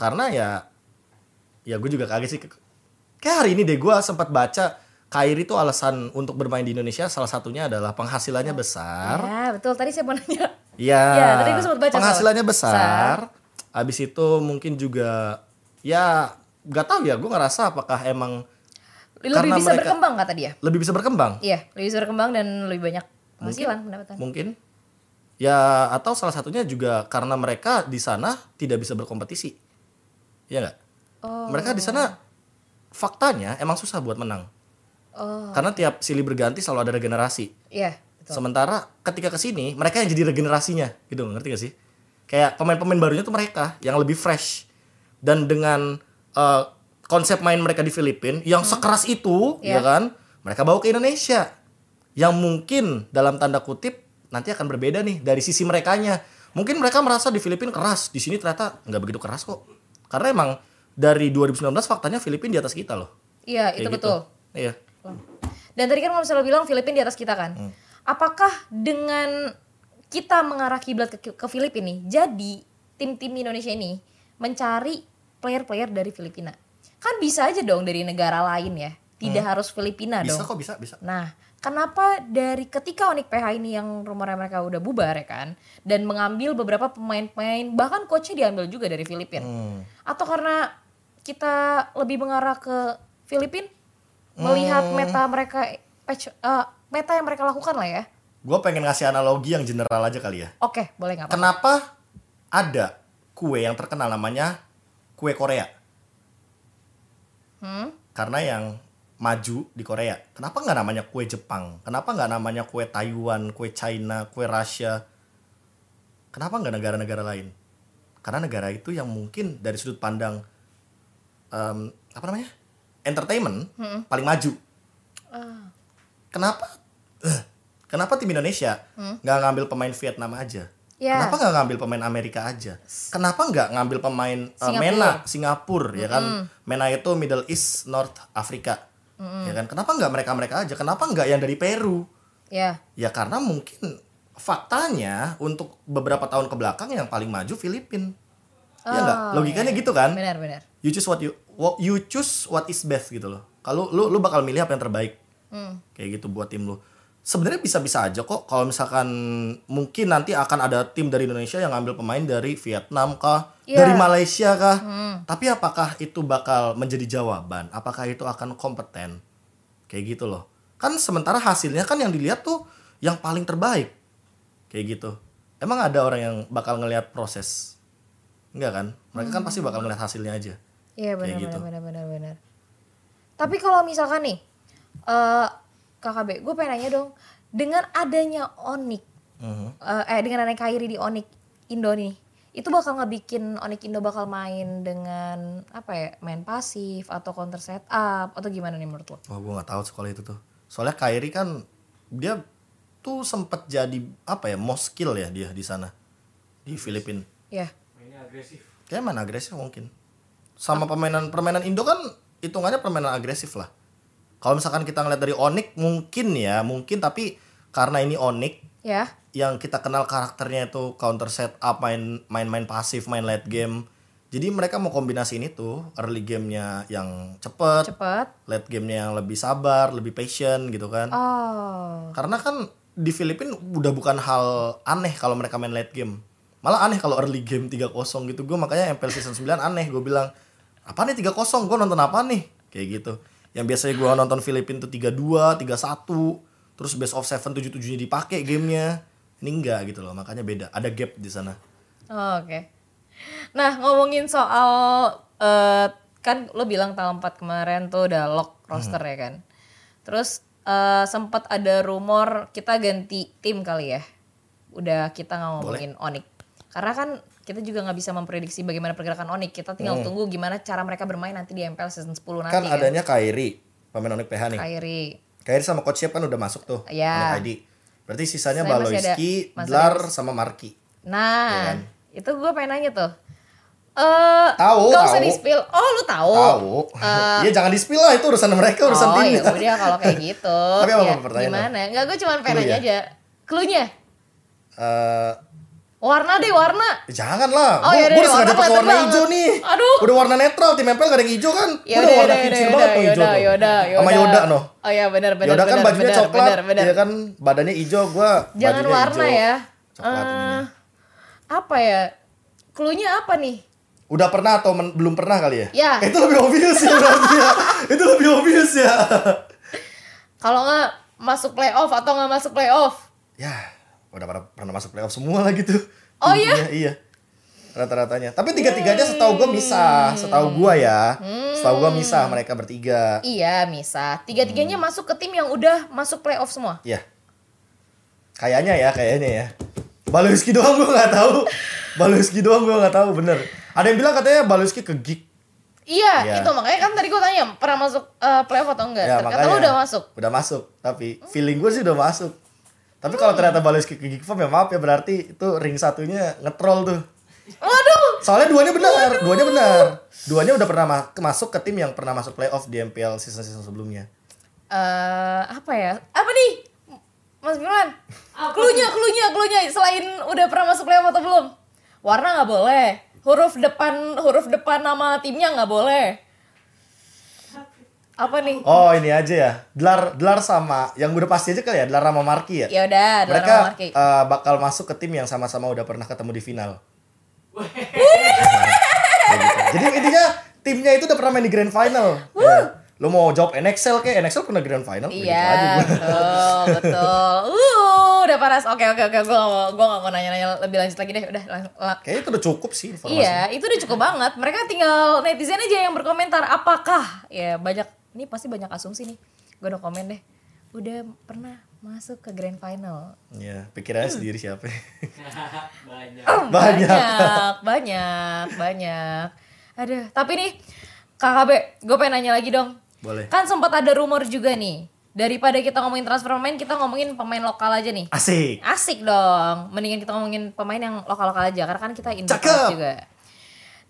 karena ya ya gue juga kaget sih kayak hari ini deh gue sempat baca Kairi itu alasan untuk bermain di Indonesia salah satunya adalah penghasilannya besar Ya betul. Tadi saya mau nanya. Iya. Ya, tadi gue sempat baca Penghasilannya soalnya. besar. Habis itu mungkin juga ya nggak tahu ya, gue ngerasa apakah emang Lebih Karena bisa mereka- berkembang kata dia. lebih bisa berkembang Iya, lebih bisa berkembang dan lebih banyak penghasilan pendapatan. mungkin. Ya atau salah satunya juga karena mereka di sana tidak bisa berkompetisi. Iya nggak? Oh. Mereka di sana faktanya emang susah buat menang. Oh, Karena tiap silih berganti selalu ada regenerasi. iya, betul. Sementara ketika ke sini mereka yang jadi regenerasinya gitu ngerti gak sih? Kayak pemain-pemain barunya tuh mereka yang lebih fresh dan dengan eh, konsep main mereka di Filipina yang sekeras itu ya Hmm. Iya. kan mereka bawa ke Indonesia yang mungkin dalam tanda kutip nanti akan berbeda nih dari sisi merekanya mungkin mereka merasa di Filipina keras di sini ternyata nggak begitu keras kok karena emang dari 2019 faktanya Filipina di atas kita loh Iya, itu Kayak gitu. betul. iya Dan tadi kan kalau misalnya lo bilang Filipina di atas kita kan. Hmm. Apakah dengan kita mengarah kiblat ke, ke Filipina nih, jadi tim-tim Indonesia ini mencari player-player dari Filipina. Kan bisa aja dong dari negara lain ya. Tidak harus Filipina Hmm. bisa dong. kok bisa bisa Nah, kenapa dari ketika Onik PH ini yang rumornya mereka udah bubar ya kan dan mengambil beberapa pemain-pemain bahkan coachnya diambil juga dari Filipina. Hmm. Atau karena kita lebih mengarah ke Filipina Hmm. melihat meta mereka patch- eh, meta yang mereka lakukan lah ya. gue pengen ngasih analogi yang general aja kali ya Oke, boleh nggak? apa-apa. Kenapa ada kue yang terkenal namanya kue Korea? Hmm? Karena yang maju di Korea. Kenapa nggak namanya kue Jepang? Kenapa nggak namanya kue Taiwan, kue China, kue Rusia? Kenapa nggak negara-negara lain? Karena negara itu yang mungkin dari sudut pandang em, apa namanya entertainment paling maju. Eh, Kenapa? Kenapa tim Indonesia nggak ngambil pemain Vietnam aja? Ya. Kenapa nggak ngambil pemain Amerika aja? Kenapa nggak ngambil pemain eh, Singapura. MENA Singapura ya kan? MENA itu Middle East North Africa. Ya kan? Kenapa nggak mereka-mereka aja? Kenapa nggak yang dari Peru? Ya. Ya karena mungkin faktanya untuk beberapa tahun ke belakang yang paling maju Filipin. ya nggak? Oh, Logikanya gitu kan? Benar benar. You choose what you what- you choose what is best gitu loh. Kalau lu lu bakal milih apa yang terbaik. Hmm. Kayak gitu buat tim lu. Sebenarnya bisa-bisa aja kok kalau misalkan mungkin nanti akan ada tim dari Indonesia yang ngambil pemain dari Vietnam kah, Iya. dari Malaysia kah. Tapi apakah itu bakal menjadi jawaban? Apakah itu akan kompeten? Kayak gitu loh. Kan sementara hasilnya kan yang dilihat tuh yang paling terbaik. Kayak gitu. Emang ada orang yang bakal ngelihat proses? Enggak kan? Mereka kan pasti bakal ngelihat hasilnya aja. Iya Kayak benar gitu. benar benar benar benar. Tapi kalau misalkan nih eh KKB, gue pengen nanya dong, dengan adanya Onik, Hmm. eh, eh dengan adanya Kairi di Onik Indo nih, itu bakal ngebikin Onik Indo bakal main dengan apa ya, main pasif atau counter setup atau gimana nih menurut lo? Wah, gue nggak tahu sekolah itu tuh. Soalnya Kyrie kan dia tuh sempet jadi apa ya, moskil ya dia di sana di Filipina. Ya, mainnya agresif Kayak mana agresif mungkin. Sama permainan permainan Indo kan hitungannya permainan agresif lah. Kalau misalkan kita ngeliat dari Onik mungkin ya, mungkin tapi karena ini Onik ya, yang kita kenal karakternya itu counter set up main main main pasif main late game jadi mereka mau kombinasiin itu early gamenya yang cepet cepet. late gamenya yang lebih sabar lebih patient gitu kan Oh, karena kan di Filipina udah bukan hal aneh kalau mereka main late game malah aneh kalau early game 3-0 gitu gue makanya MPL season 9 aneh gue bilang apa nih 3-0 gue nonton apa nih kayak gitu yang biasanya gue nonton Filipina tuh 3-2 3-1 terus best of 7 7 nya dipakai gamenya ini enggak gitu loh makanya beda ada gap di sana Oh, Oke. Nah, ngomongin soal eh, kan lo bilang tanggal 4 kemarin tuh udah lock Hmm. roster ya kan. Terus eh, sempat ada rumor kita ganti tim kali ya. Udah kita nggak ngomongin Onik. Karena kan kita juga nggak bisa memprediksi bagaimana pergerakan Onik. Kita tinggal tunggu gimana cara mereka bermain nanti di MPL season 10 nanti Hmm. kan adanya Kairi pemain Onik PH nih Kairi. Kairi sama Coach Shep kan udah masuk tuh Onik Iya. ID berarti sisanya Saya masih ada- Baloiski, masih ada Blar sama Marki Iya kan? Nah, itu gue pengen nanya tuh. Eh, Tahu, nggak usah tahu. di-spill. Oh, lu tahu. Eh, tahu iya jangan di spill lah itu urusan mereka urusan oh, timnya ya udah kalau kayak gitu. Tapi apa ya, pertanyaan lo? Gimana? Enggak, gue cuma pengen Clue nanya ya? aja. Cluenya? Eh, Warna deh, warna. jangan lah Oh, gua, yaudah, gua udah warna sengaja pakai kelihatan warna banget. hijau nih iya, Aduh. udah warna netral tim MPL gak ada yang hijau kan Ya udah udah, warna ya udah, kicir ya banget udah, tuh ya hijau udah, tuh. ya udah, ya sama udah. Yoda noh Oh iya benar benar. Yoda kan benar, bajunya benar, coklat benar, benar. dia kan badannya hijau gua Jangan bajunya warna hijau. ya. coklat ini. Eh, apa ya? Cluenya apa nih? udah pernah atau men- belum pernah kali ya Ya. itu lebih obvious ya berarti ya itu lebih obvious ya Kalau nggak masuk playoff atau nggak masuk playoff? ya udah pernah, pernah masuk playoff semua lagi tuh Oh, iya? Hmm. Intinya, iya rata-ratanya tapi tiga-tiganya setahu gue misah setahu gue ya setahu gue misah mereka bertiga Iya, Misa. Tiga-tiganya Hmm. masuk ke tim yang udah masuk playoff semua. ya kayaknya ya kayaknya ya Baluski doang gue nggak tahu Baluski doang gue nggak tahu bener ada yang bilang katanya Baluski ke gig Iya. Iya, itu makanya kan tadi gue tanya pernah masuk eh, playoff atau enggak? ya Ternyata lu makanya udah masuk. Hmm. udah masuk tapi feeling gue sih udah masuk tapi kalau ternyata Baluski ke gig form ya maaf ya berarti itu ring satunya ngetrol tuh Waduh, Soalnya duanya Iya, benar, duanya benar. Duanya udah pernah ma- masuk ke tim yang pernah masuk playoff di MPL season-season sebelumnya. eh apa ya? Apa nih? Mas Firman? Klunya, klunya, klunya selain udah pernah masuk playoff atau belum? Warna nggak boleh. Huruf depan huruf depan nama timnya nggak boleh. Apa nih? Oh, ini aja ya. Dlar Dlar sama yang udah pasti aja kali ya, Dlar sama Marki ya. Ya udah, Dora Mereka sama Marky. eh, bakal masuk ke tim yang sama-sama udah pernah ketemu di final. Kayak gitu. Jadi intinya timnya itu udah pernah main di grand final. Ya. Lo mau jawab NXL kayak NXL pernah grand final? Begitu Iya, aja gua. betul, betul. Uh, udah panas. Oke, oke, oke. Gue gak mau, gue gak mau nanya-nanya lebih lanjut lagi deh. Udah, lang- lang- Kayaknya itu udah cukup sih informasinya. Iya, itu udah cukup banget. Mereka tinggal netizen aja yang berkomentar apakah ya banyak ini pasti banyak asumsi nih. Gue udah komen deh. Udah pernah masuk ke grand final. Iya, pikirannya Hmm. sendiri siapa. banyak Banyak. banyak, banyak, banyak. Aduh, tapi nih KKB, gue pengen nanya lagi dong. Boleh. Kan sempat ada rumor juga nih. Daripada kita ngomongin transfer pemain, kita ngomongin pemain lokal aja nih. Asik. Asik dong. Mendingan kita ngomongin pemain yang lokal-lokal aja karena kan kita Indo Cakep. juga.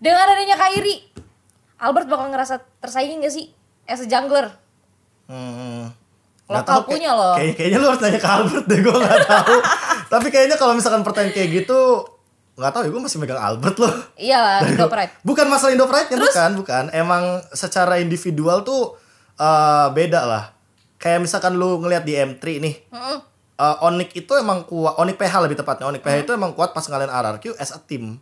Dengan adanya Kairi, Albert bakal ngerasa tersaingi gak sih as a jungler? Hmm. Lokal Nggak tahu, punya kayak- loh. Kayak, kayaknya lu harus tanya ke Albert deh, gue gak tahu. Tapi kayaknya kalau misalkan pertanyaan kayak gitu, gak tahu ya gue masih megang Albert loh. Iyalah, Indo Iya, Pride. Bukan masalah Indo Pride-nya, bukan, bukan. Emang secara individual tuh eh, beda lah. Kayak misalkan lu ngelihat di M3 nih, Mm-mm. eh, Onyx itu emang kuat, Onyx PH lebih tepatnya, Onyx PH itu emang kuat pas ngalahin RRQ as a team.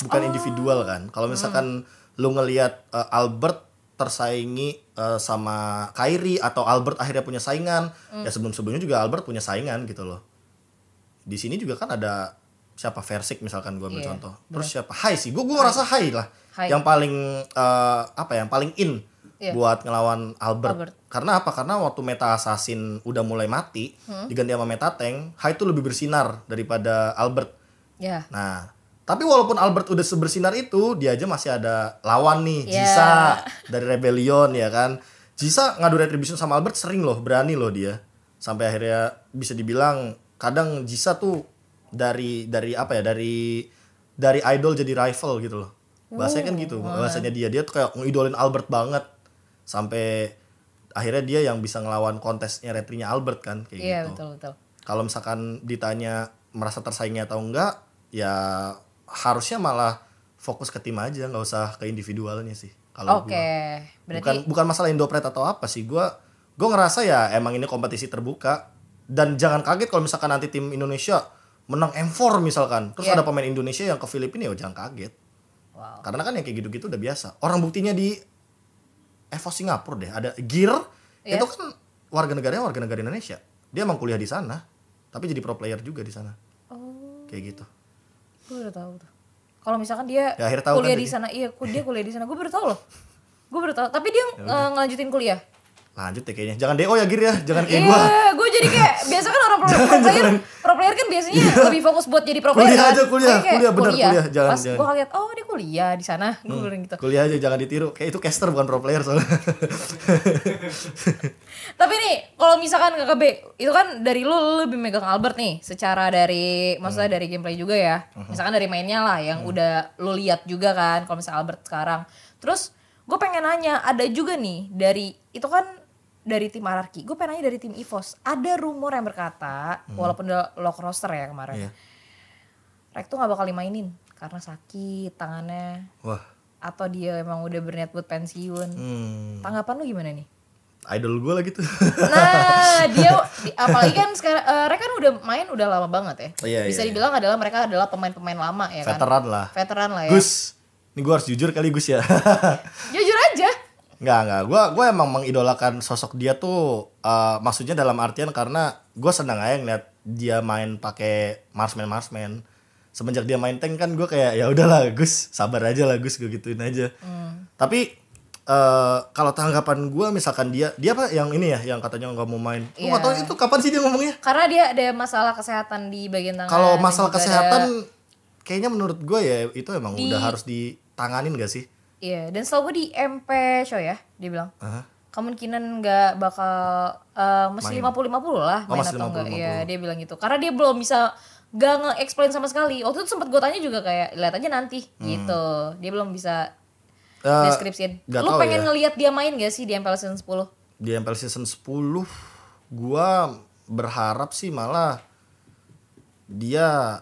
Bukan individual kan. Kalau misalkan lu ngelihat eh, Albert tersaingi eh, sama Kairi atau Albert akhirnya punya saingan, ya sebelum-sebelumnya juga Albert punya saingan gitu loh. Di sini juga kan ada siapa Versik misalkan gue ambil Iya, contoh. Terus siapa? Hai sih, gue gue merasa Hai lah. Hai. Yang paling eh, apa ya? Yang paling in Iya. buat ngelawan Albert. Albert. Karena apa? Karena waktu meta assassin udah mulai mati, Hmm. diganti sama meta tank, Hai itu lebih bersinar daripada Albert. Ya. Nah, tapi walaupun Albert udah sebersinar itu, dia aja masih ada lawan nih, Yeah. Jisa dari Rebellion ya kan. Jisa ngadu retribution sama Albert sering loh, berani loh dia. Sampai akhirnya bisa dibilang kadang Jisa tuh dari dari apa ya, dari dari idol jadi rival gitu loh. Bahasanya kan Oh, gitu, bahasanya dia dia tuh kayak ngidolin Albert banget. Sampai akhirnya dia yang bisa ngelawan kontesnya retrinya Albert kan kayak Iya, gitu betul betul. kalau misalkan ditanya merasa tersaingnya atau enggak ya harusnya malah fokus ke tim aja nggak usah ke individualnya sih kalau Oke, gua. bukan berarti bukan masalah Indopret atau apa sih gua gua ngerasa ya emang ini kompetisi terbuka dan jangan kaget kalau misalkan nanti tim Indonesia menang M4 misalkan terus ada Iya. pemain Indonesia yang ke Filipina ya jangan kaget wow. karena kan yang kayak gitu-gitu udah biasa orang buktinya di Evo Singapura deh ada Gear Iya. itu kan warga negaranya warga negara Indonesia dia emang kuliah di sana tapi jadi pro player juga di sana Oh, kayak gitu gue udah tahu tuh. Kalau misalkan dia Ya, akhirnya tahu kan kuliah di tadi. sana, iya, ku- dia kuliah di sana. Gue baru tahu loh. Gue baru tahu. Tapi Ya dia eh, ngelanjutin kuliah. lanjut deh kayaknya jangan do ya Gear ya jangan kayak gua Iya, gue jadi kayak biasa kan orang pro, pro player, pro player kan biasanya lebih fokus buat jadi pro Iya. player. Kuliah kan? aja, kuliah, Makanya kayak kuliah, bener, kuliah. Hmm. Jangan, Pas jangan. gue kaget, oh dia kuliah di sana, gue bilang gitu. kuliah aja jangan ditiru kayak itu caster bukan pro player soalnya Tapi nih, kalau misalkan KKB, itu kan dari lu, lu lebih megang Albert nih, secara dari, Hmm. maksudnya dari gameplay juga ya. Misalkan dari mainnya lah, yang udah lu lihat juga kan, kalau misalnya Albert sekarang. Terus, gue pengen nanya, ada juga nih, dari, itu kan dari tim Ararki, gue pengen nanya dari tim EVOS. Ada rumor yang berkata, walaupun udah lock roster ya kemarin. Hmm. Iya. Rek tuh gak bakal dimainin karena sakit tangannya wah atau dia emang udah berniat buat pensiun. hmm, Tanggapan lu gimana nih? idol gua lah gitu Nah, dia di- apalagi kan sekarang eh, Rek kan udah main udah lama banget ya. Iya, Bisa iya, dibilang adalah mereka adalah pemain-pemain lama ya kan. veteran lah Veteran lah ya. Gus ini gua harus jujur kali Gus ya Jujur aja. Nggak, nggak. Gue gua emang mengidolakan sosok dia tuh eh, maksudnya dalam artian karena gue senang aja ngeliat dia main pakai marksman marksman. Semenjak dia main tank kan gue kayak ya udahlah Gus, sabar aja lah Gus, gue gituin aja. Hmm. Tapi eh kalau tanggapan gue misalkan dia dia apa yang ini ya yang katanya nggak mau main. Gue nggak tahu Iya. itu kapan sih dia ngomongnya. Karena dia ada masalah kesehatan di bagian tangan. Kalau dan masalah juga Kan, ada- kesehatan kayaknya menurut gue ya itu emang Di- udah harus ditanganin gak sih? Iya, dan setahu gue di MP show ya, dia bilang. Hah? Kemungkinan nggak bakal eh masih Main. 50 50 lah Oh, main masih atau enggak. 50-50. Iya, dia bilang gitu. Karena dia belum bisa gak nge-explain sama sekali. Waktu itu sempat gue tanya juga kayak lihat aja nanti Hmm. gitu. Dia belum bisa Eh, deskripsiin. nggak Lu tahu pengen ya. ngelihat dia main gak sih di MPL season 10? di MPL season 10 gua berharap sih malah dia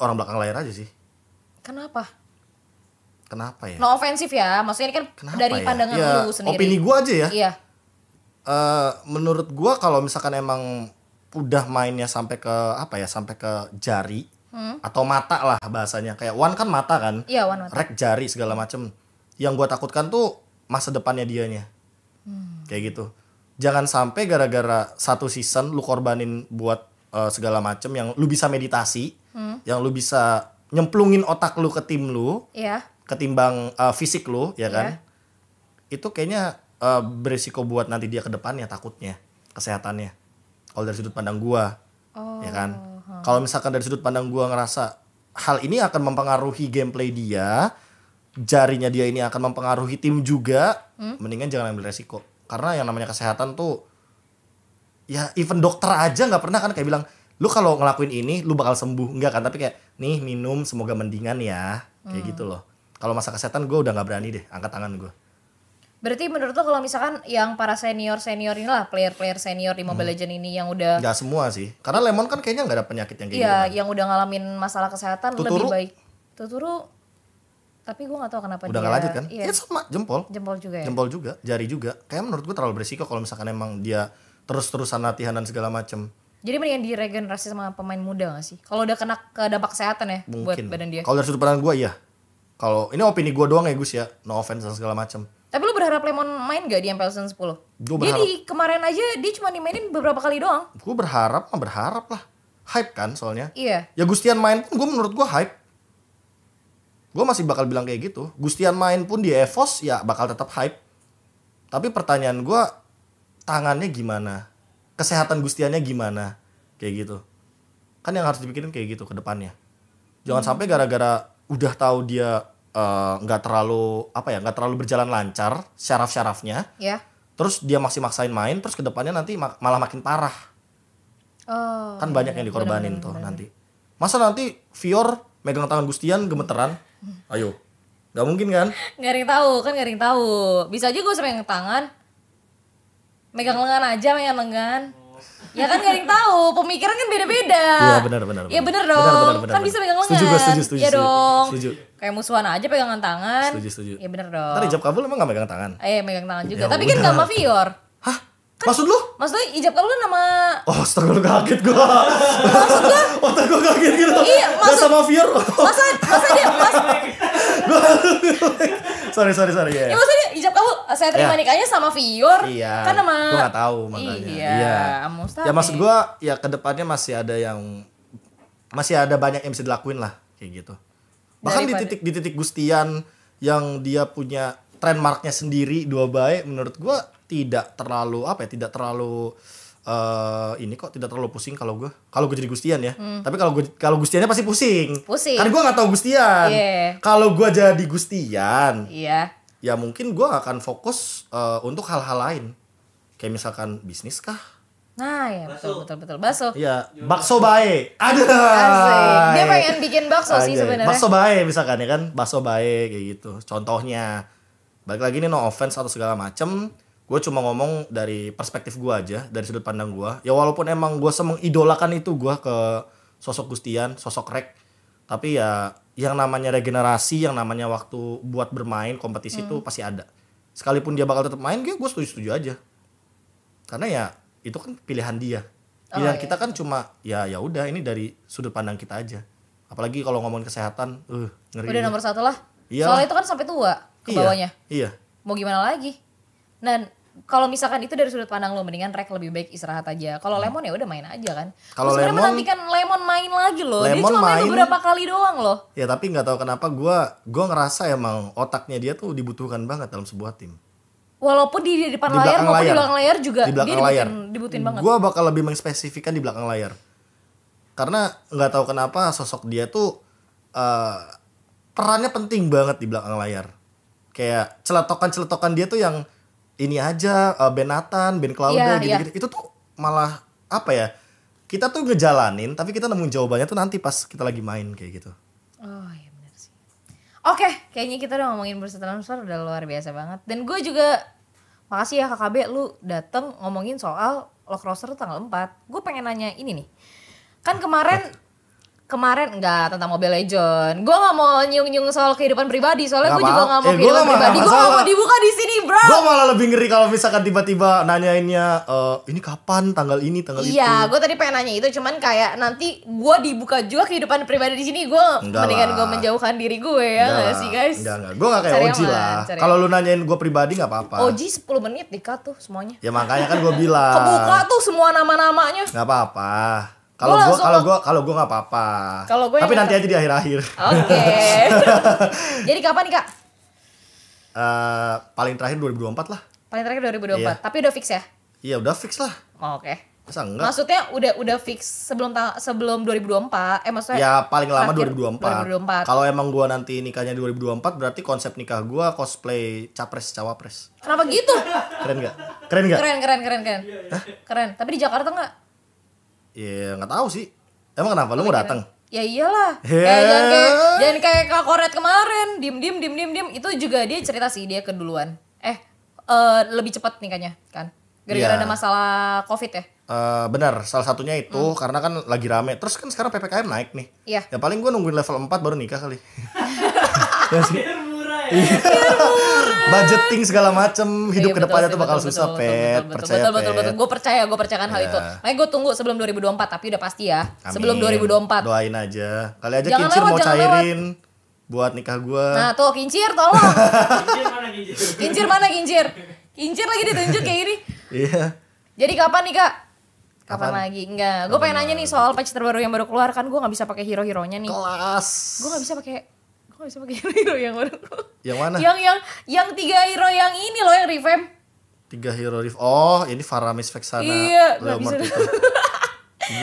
orang belakang layar aja sih. Kenapa? Kenapa ya? No offensive ya. Maksudnya ini kan Kenapa dari ya? pandangan Ya, lu sendiri. Opini gua aja ya. Iya. Eh, menurut gua kalau misalkan emang udah mainnya sampai ke apa ya? Sampai ke jari atau mata lah bahasanya. Kayak one kan mata kan? Hmm. Iya, one mata. Rek jari segala macem. Yang gua takutkan tuh masa depannya dianya. kayak gitu jangan sampai gara-gara satu season lu korbanin buat uh, segala macem yang lu bisa meditasi yang lu bisa nyemplungin otak lu ke tim lu Iya. ketimbang uh, fisik lu ya kan itu kayaknya uh, berisiko buat nanti dia ke depannya takutnya kesehatannya kalau dari sudut pandang gua Oh. ya kan kalau misalkan dari sudut pandang gua ngerasa hal ini akan mempengaruhi gameplay dia jarinya dia ini akan mempengaruhi tim juga mendingan jangan ambil resiko karena yang namanya kesehatan tuh ya even dokter aja nggak pernah kan kayak bilang lu kalau ngelakuin ini lu bakal sembuh enggak kan tapi kayak nih minum semoga mendingan ya kayak Hmm. gitu loh kalau masa kesehatan gue udah nggak berani deh angkat tangan gue Berarti menurut lo kalau misalkan yang para senior-senior inilah, player-player senior di Mobile Legends ini yang Hmm. udah nggak semua sih karena lemon kan kayaknya nggak ada penyakit yang kayak Iya, gitu kan. yang udah ngalamin masalah kesehatan lebih Tuturu. baik. Tuturu tapi gue gak tahu kenapa udah dia. nggak lanjut kan Iya, ya sama jempol jempol juga ya. jempol juga jari juga kayak menurut gue terlalu berisiko kalau misalkan emang dia terus-terusan latihan dan segala macem Jadi mendingan diregenerasi sama pemain muda gak sih? Kalau udah kena ke dampak kesehatan ya buat mungkin badan dia. kalau dari sudut pandang gue iya kalau ini opini gue doang ya Gus ya no offense dan segala macem Tapi lu berharap Lemon main gak di MPL Season 10? Gua dia berharap. di kemarin aja dia cuma dimainin beberapa kali doang. gue berharap mah berharap lah hype kan soalnya Iya. ya Gustian main pun gue menurut gue hype gue masih bakal bilang kayak gitu Gustian main pun di Evos ya bakal tetap hype tapi pertanyaan gue tangannya gimana kesehatan Gustiannya gimana kayak gitu kan yang harus dipikirin kayak gitu ke depannya jangan sampai gara-gara udah tahu dia eh, nggak terlalu apa ya nggak terlalu berjalan lancar syaraf-syarafnya Ya. terus dia masih maksain main terus ke depannya nanti ma- malah makin parah Oh, kan banyak yang dikorbanin tuh nanti masa nanti Vior megang tangan Gustian gemeteran ayo nggak mungkin kan Garing tahu kan garing tahu. Bisa aja gue usah megang tangan. Megang lengan aja, megang lengan. Ya kan garing tahu, pemikiran kan beda-beda. Iya, benar, benar, Iya benar. benar dong. Benar, benar, benar, kan bisa benar. megang lengan. Setuju gua, setuju, setuju, Iya setuju. dong. Setuju. Kayak musuhan aja pegangan tangan. Setuju, setuju. Iya benar dong. kan hijab kabul emang nggak megang tangan Eh, megang tangan juga. Ya Tapi kan udah. gak sama Vior. hah Kan maksud lu Maksudnya ijab kalau lu nama oh astaga lu kaget gua otak gua kaget gitu Iya, Gak sama Vior masa masa dia mas, sorry sorry sorry ya ya masa dia ijab kamu saya terima Iya. nikahnya sama Vior iya kan sama gua nggak tahu makanya iya, Mustahil. ya maksud gua ya kedepannya masih ada yang masih ada banyak yang bisa dilakuin lah kayak gitu bahkan Daripada- di titik di titik Gustian yang dia punya trademarknya sendiri dua baik menurut gua tidak terlalu apa ya tidak terlalu eh ini kok tidak terlalu pusing kalau gua kalau gue jadi Gustian ya tapi kalau gue kalau Gustiannya pasti pusing Hmm. Pusing. kan gua nggak tahu Gustian Iya. kalau gua jadi Gustian iya ya mungkin gue akan fokus eh, untuk hal-hal lain kayak misalkan bisnis kah nah ya betul Bakso. betul betul bakso ya bakso bae ada Iya. Asik. Dia pengen bikin bakso sih Anjay. sebenarnya. bakso bae misalkan ya kan bakso bae kayak gitu contohnya balik lagi nih no offense atau segala macem gue cuma ngomong dari perspektif gue aja dari sudut pandang gue ya walaupun emang gue semengidolakan itu gue ke sosok Gustian sosok Rek tapi ya yang namanya regenerasi yang namanya waktu buat bermain kompetisi Hmm. itu pasti ada sekalipun dia bakal tetap main gue setuju setuju aja karena ya itu kan pilihan dia pilihan iya. kita kan cuma ya ya udah ini dari sudut pandang kita aja apalagi kalau ngomongin kesehatan eh ngeri Udah nomor satu lah. Iya Soalnya lah. itu kan sampai tua ke Iya, bawahnya. iya Mau gimana lagi? Dan kalau misalkan itu dari sudut pandang lo mendingan rek lebih baik istirahat aja. Kalau Lemon ya udah main aja kan. Hmm. Kalau Lu sebenarnya Lemon- menantikan Lemon main lagi loh. Dia Lemon cuma main main- beberapa kali doang loh. ya tapi nggak tahu kenapa gue gua ngerasa emang otaknya dia tuh dibutuhkan banget dalam sebuah tim Walaupun di, di Di depan belakang layar maupun di layar. belakang layar juga di belakang dia layar dibutuhin, dibutuhin banget. gue bakal lebih mengspesifikkan di belakang layar karena nggak tahu kenapa sosok dia tuh eh, perannya penting banget di belakang layar kayak celetokan celetokan dia tuh yang ini aja eh, Ben Nathan Ben Claude Iya, gitu, gitu itu tuh malah apa ya kita tuh ngejalanin tapi kita nemuin jawabannya tuh nanti pas kita lagi main kayak gitu Oh iya benar sih. Oke, kayaknya kita udah ngomongin bursa transfer udah luar biasa banget. Dan gue juga makasih ya KKB lu dateng ngomongin soal lock roster tanggal 4. Gue pengen nanya ini nih. Kan kemarin kemarin enggak tentang Mobile Legend. Gue nggak mau nyung-nyung soal kehidupan pribadi, soalnya Nggak gue juga mau. nggak Eh, mau gua kehidupan nggak mau, pribadi. nggak Gue nggak mau masalah. dibuka di sini, bro. gue malah lebih ngeri kalau misalkan tiba-tiba nanyainnya eh, ini kapan tanggal ini tanggal itu Iya, gue tadi pengen nanya itu, cuman kayak nanti gue dibuka juga kehidupan pribadi di sini, gue Enggak mendingan lah. gue menjauhkan diri gue ya, Enggak nggak lah, sih guys? Enggak, enggak. Gue gak kayak Cari Oji aman, lah. cari Kalau lu nanyain gue pribadi gak apa-apa. Oji 10 menit dikat tuh semuanya. Ya makanya kan gue bilang. Kebuka tuh semua nama-namanya. Gak apa-apa. Kalau Gua gue langsung kalau ke- gue kalau gue gak apa-apa. Kalau gua yang Tapi nanti aja nangkep- di akhir-akhir. Oke. Jadi kapan nih, Kak? Eh, paling terakhir 2024 lah. Paling terakhir 2024, Iya. tapi udah fix ya? Iya udah fix lah. Oh, Oke. Masa enggak? Maksudnya udah udah fix sebelum ta- sebelum 2024. Eh maksudnya ya paling lama terakhir 2024. 2024. Kalau emang gua nanti nikahnya 2024 berarti konsep nikah gua cosplay capres cawapres. Kenapa gitu? Keren nggak? Keren nggak? Keren keren keren keren. Keren. Tapi di Jakarta nggak? Ya nggak tahu sih. Emang kenapa lu mau datang? Ya iyalah. Ya. Eh, jangan kayak jangan kayak Kak Koret kemarin. Dim dim dim dim dim. Itu juga dia cerita sih dia keduluan. Eh eh, lebih cepat nikahnya kan. Gara-gara Iya. ada masalah Covid ya. Eh benar, salah satunya itu karena kan lagi rame. Terus kan sekarang PPKM naik nih. Hmm. Iya. Ya paling gua nungguin level 4 baru nikah kali. Biar murah ya. Budgeting segala macem, hidup Iya, ke betul depannya sih, tuh bakal betul, susah, betul, Pet. betul, betul, percaya, betul, betul, Pet. betul. Gue percaya, gue percaya hal Iya. itu. Makanya gue tunggu sebelum 2024, tapi udah pasti ya. Amin. Sebelum 2024. Doain aja. Kali aja Jangan kincir lewat, mau jangan cairin buat nikah gua. Nah tuh kincir tolong. Kincir mana kincir? kincir mana kincir? Kincir lagi ditunjuk kayak ini. Iya. Jadi kapan nih kak? Kapan, Kapan? lagi? Enggak. Gue pengen nanya nih soal patch terbaru yang baru keluar kan gue nggak bisa pakai hero heronya nih. Kelas. Gue nggak bisa pakai. Gue nggak bisa pakai hero hero yang baru. Yang mana? Yang yang yang tiga hero yang ini loh yang revamp. Tiga hero Reef. Oh, ini Faramis Vexana. Iya, nggak Leomar bisa. Titan.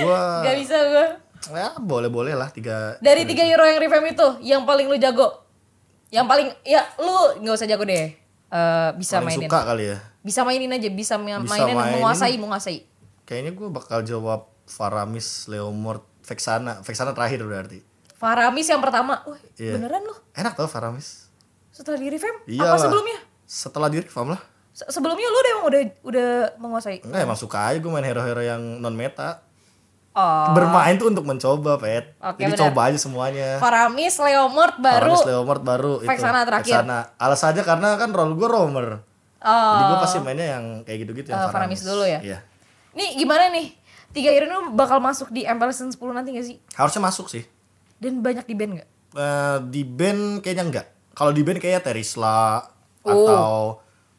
gua Gak bisa gue. ya boleh-boleh lah tiga Dari tiga hero yang revamp itu yang paling lu jago. Yang paling ya lu nggak usah jago deh. Eh, bisa paling mainin. suka kali ya. Bisa mainin aja, bisa, Bisa ma- mainin, mainin. menguasai, menguasai. Kayaknya gua bakal jawab Faramis Leomord Vexana. Vexana terakhir berarti. Faramis yang pertama. Wah, Iya. beneran loh. Enak tau Faramis. Setelah di revamp Iya. apa sebelumnya? Setelah diri paham lah. Se- sebelumnya lu udah emang udah udah menguasai. Enggak emang suka aja gue main hero-hero yang non meta. Oh. Bermain tuh untuk mencoba, Pet. Oke, Jadi benar. coba aja semuanya. Faramis, Leomord baru. Faramis Leomord baru Vexana terakhir. Vexana. Alasannya karena kan role gue roamer. Oh. Jadi gue pasti mainnya yang kayak gitu-gitu yang Eh, Faramis dulu ya? Iya. Nih gimana nih? Tiga hero ini bakal masuk di MPL Season 10 nanti gak sih? Harusnya masuk sih. Dan banyak di band gak? Eh, di band kayaknya enggak. Kalau di band kayaknya Terisla Oh. Iya. atau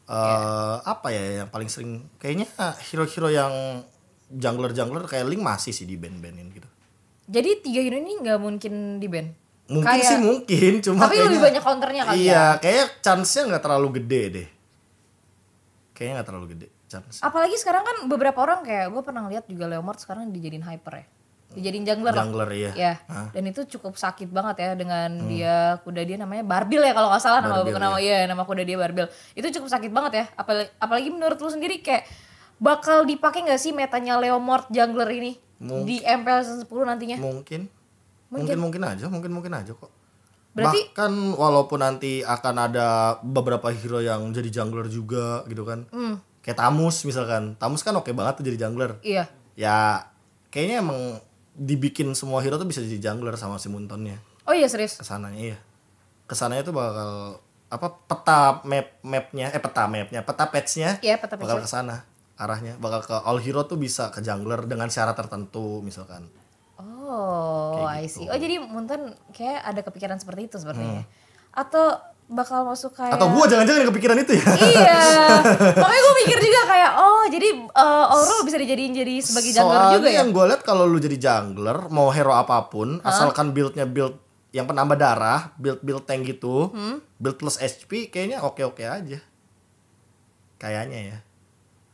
eh apa ya yang paling sering kayaknya hero-hero yang jungler-jungler kayak Link masih sih di band-bandin gitu. Jadi tiga hero ini gak mungkin di band? Mungkin Kayak- sih mungkin, cuma Tapi lebih banyak counternya kali ya. Iya, kayaknya chance-nya nggak terlalu gede deh. Kayaknya nggak terlalu gede chance. Apalagi sekarang kan beberapa orang kayak gue pernah lihat juga Leomord sekarang dijadiin hyper ya. Dijadiin jungler. lah. Jungler iya. Hmm. Ya. Dan itu cukup sakit banget ya dengan dia kuda dia namanya Barbil ya kalau nggak salah nama Barbil, iya. nama ya. nama kuda dia Barbil. Itu cukup sakit banget ya. Apalagi, apalagi menurut lu sendiri kayak bakal dipakai nggak sih metanya Leomord jungler ini di MPL season 10 nantinya? Mungkin. Mungkin mungkin aja, mungkin mungkin aja kok. Berarti- bahkan walaupun nanti akan ada beberapa hero yang jadi jungler juga gitu kan. Hmm. Kayak Tamus misalkan. Tamus kan oke banget tuh jadi jungler. Iya. Ya kayaknya emang dibikin semua hero tuh bisa jadi jungler sama si Muntonnya. Oh iya serius. Kesananya iya. Kesananya tuh bakal apa peta map mapnya eh peta mapnya peta patchnya Iya, peta bakal patch-nya. ke sana arahnya bakal ke all hero tuh bisa ke jungler dengan syarat tertentu misalkan Oh, Kayak gitu. I see. Oh jadi Muntan kayak ada kepikiran seperti itu sepertinya. Atau bakal masuk Hmm. kayak atau gua jangan-jangan yang kepikiran itu ya iya makanya gue mikir juga kayak oh jadi uh, Aurel bisa dijadiin jadi sebagai jungler Soalnya juga ya yang gue lihat kalau lu jadi jungler mau hero apapun asalkan buildnya build yang penambah darah build build tank gitu Hmm? build plus HP kayaknya oke oke aja kayaknya ya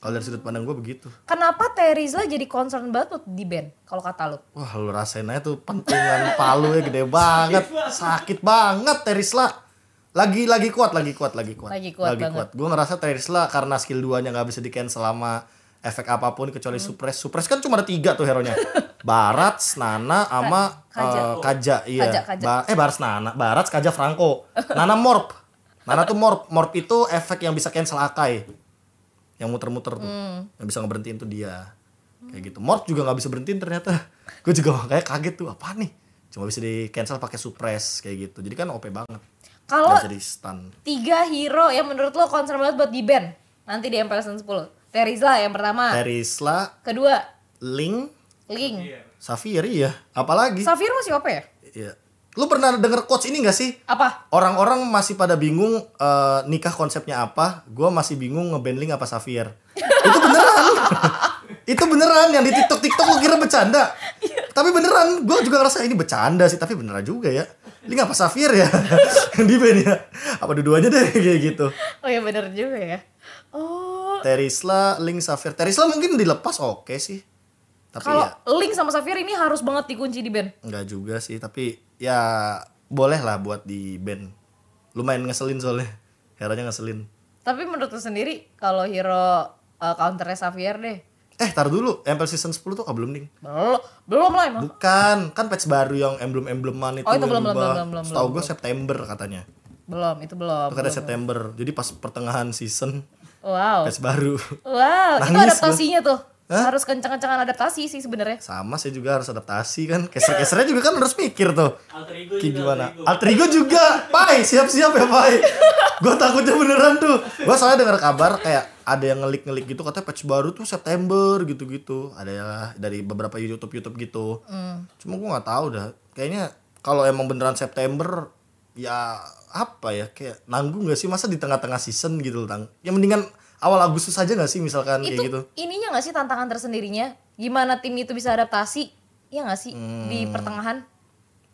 kalau dari sudut pandang gue begitu kenapa Terizla jadi concern banget buat di band kalau kata lu wah lu rasain aja tuh pentungan palu ya gede banget sakit banget Terisla lagi lagi kuat lagi kuat lagi kuat Lagi kuat banget. gue ngerasa Terisla karena skill 2 nya nggak bisa di cancel sama efek apapun kecuali Hmm. supres supres kan cuma ada tiga tuh hero nya Barat, Nana, sama eh, Kaja. Kaja. iya. Kaja, Kaja. Ba- eh Barat, Nana, Barat, Kaja, Franco, Nana morp, Nana tuh morp, morp itu efek yang bisa cancel Akai, yang muter-muter tuh, yang bisa ngeberhentiin tuh dia, kayak gitu. Morp juga nggak bisa berhentiin ternyata, gue juga makanya kaget tuh apa nih, cuma bisa di cancel pakai supres kayak gitu, jadi kan OP banget, kalau nggak bisa di stun. tiga hero yang menurut lu concern banget buat di band nanti di MPL Season 10 Terizla yang pertama Terisla, kedua Link, Ling Safir ya, apalagi? Safir masih apa ya Iya. Lu pernah denger quotes ini gak sih? apa Orang-orang masih pada bingung eh, nikah konsepnya apa. Gua masih bingung ngebandling apa Safir. Itu beneran. itu beneran yang di TikTok TikTok lu kira bercanda. tapi beneran, gua juga ngerasa ini bercanda sih, tapi beneran juga ya. Ini apa Safir ya? Yang di band ya. Apa dua-duanya deh kayak gitu. oh ya bener juga ya oh Terisla, Link Safir. Terisla mungkin dilepas oke sih. Tapi Kalau ya Link sama Safir ini harus banget dikunci di band. nggak juga sih, tapi ya boleh lah buat di band. Lumayan ngeselin soalnya. Heranya ngeselin. Tapi menurut lu sendiri kalau hero uh, counternya Safir deh. Eh, tar dulu. Empel season 10 tuh ah, belum ding. Belum, belum lah emang. Bukan, kan patch baru yang emblem-embleman itu. Oh, yang itu belum, belum, berubah. belum, belum, Setahu belum, gue September katanya. Belum, itu belum. Oh. Itu kan ada belum. September. Jadi pas pertengahan season Wow. patch baru. Wow, itu Nangis adaptasinya tuh. Hah? Harus kencang-kencangan adaptasi sih sebenarnya. Sama saya juga harus adaptasi kan. Keser-kesernya juga kan harus mikir tuh. Alter ego Kayak juga, gimana? alter ego. Alter ego juga. Pai, siap-siap ya, Pai. Gua takutnya beneran tuh. Gua soalnya dengar kabar kayak ada yang ngelik-ngelik gitu katanya patch baru tuh September gitu-gitu. Ada ya dari beberapa YouTube-YouTube gitu. Hmm. Cuma gua nggak tahu dah. Kayaknya kalau emang beneran September ya apa ya kayak nanggung gak sih masa di tengah-tengah season gitu loh, Tang. Ya mendingan awal Agustus aja gak sih misalkan itu kayak gitu. ininya gak sih tantangan tersendirinya? Gimana tim itu bisa adaptasi? Iya gak sih? Di pertengahan?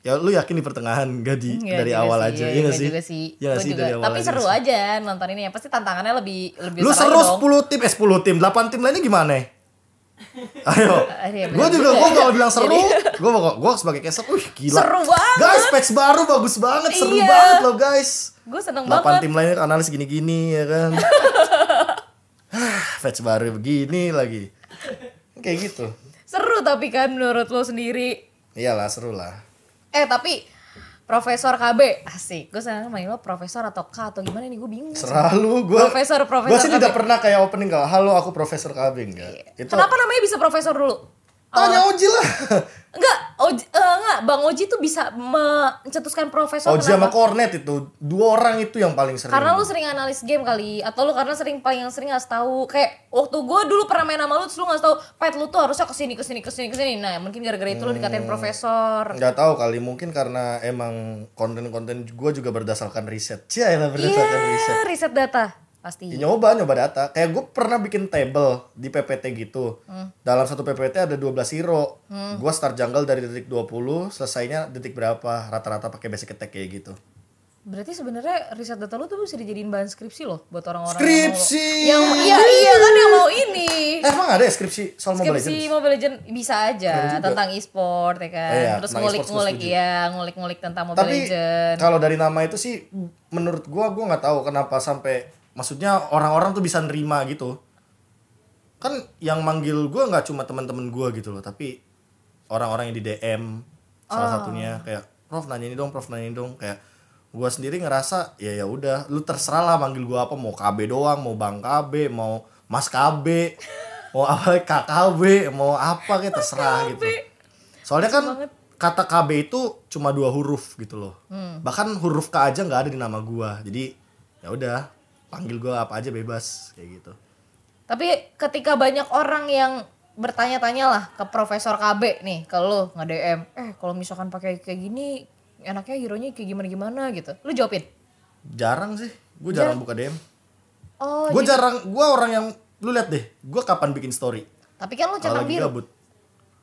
Ya lu yakin di pertengahan gak Hmm. di Iya dari juga awal sih, aja. Iya iya, iya gak sih? juga sih. Iya nggak Gua sih juga. dari awal Tapi aja seru sih. aja nonton ini ya. Pasti tantangannya lebih lebih Lu besar seru lagi dong. 10 tim, eh 10 tim, 8 tim lainnya gimana? Ayo. iya, gue bener juga juga gue ya. kalau bilang seru, gue bakal gue sebagai caster, wih gila. Seru banget. Guys, patch baru bagus banget, seru Iya. banget loh guys. Gue seneng 8 banget. tim lainnya analis gini-gini ya kan. Hah, patch baru begini lagi. Kayak gitu. Seru tapi kan menurut lo sendiri. Iyalah, seru lah. Eh tapi Profesor KB asik. Gue seneng manggil lo Profesor atau K atau gimana nih gue bingung. Selalu gue Profesor, Gue Profesor sih KB. tidak pernah kayak opening kalau halo aku Profesor KB enggak. Itu Kenapa namanya bisa Profesor dulu? tanya Oji lah. Enggak, Oji, eh, enggak, Bang Oji tuh bisa mencetuskan Profesor Oji sama kenapa? Cornet itu dua orang itu yang paling sering. Karena lu sering analis game kali atau lu karena sering paling yang sering nggak tahu kayak waktu gue dulu pernah main sama lu terus lu nggak tahu pet lu tuh harusnya kesini kesini kesini kesini nah mungkin gara-gara itu lu Hmm. dikatain profesor nggak tahu kali mungkin karena emang konten-konten gue juga berdasarkan riset. Cia lah iya berdasarkan riset. riset data Ya, pasti nyoba nyoba data. Kayak gue pernah bikin table di PPT gitu. Hmm. Dalam satu PPT ada 12 hero. Gue start jungle dari detik 20, selesainya detik berapa? Rata-rata pakai basic attack kayak gitu. berarti sebenarnya riset data lu tuh bisa dijadiin bahan skripsi loh buat orang-orang Skripsi. yang, mau- yang iya iya kan yang mau ini Eh, emang ada ya skripsi soal Mobile skripsi Legends? Mobile Legends bisa Ada aja juga. tentang e-sport ya kan Iya, tentang terus e-sport ngulik-ngulik gua setuju. ya ngulik-ngulik tentang Mobile Tapi Legends kalau dari nama itu sih menurut gue gue nggak tahu kenapa sampai maksudnya orang-orang tuh bisa nerima gitu. kan yang manggil gue nggak cuma teman-teman gue gitu loh tapi orang-orang yang di DM Oh. salah satunya kayak Prof nanya ini dong Prof nanya ini dong kayak gue sendiri ngerasa ya ya udah lu terserah lah manggil gue apa mau KB doang mau Bang KB mau Mas KB mau apa KKB mau apa kayak terserah gitu soalnya kan kata KB itu cuma dua huruf gitu loh Hmm. bahkan huruf K aja nggak ada di nama gue jadi ya udah panggil gue apa aja bebas kayak gitu Tapi ketika banyak orang yang bertanya-tanya lah ke Profesor KB nih, ke lu nge-DM, eh kalau misalkan pakai kayak gini, enaknya hero-nya kayak gimana-gimana gitu. Lu jawabin. Jarang sih, gue jarang buka DM. Oh, Gue jadi- jarang, gue orang yang lu lihat deh, gue kapan bikin story? tapi kan lu Kalau centang lagi biru. gabut.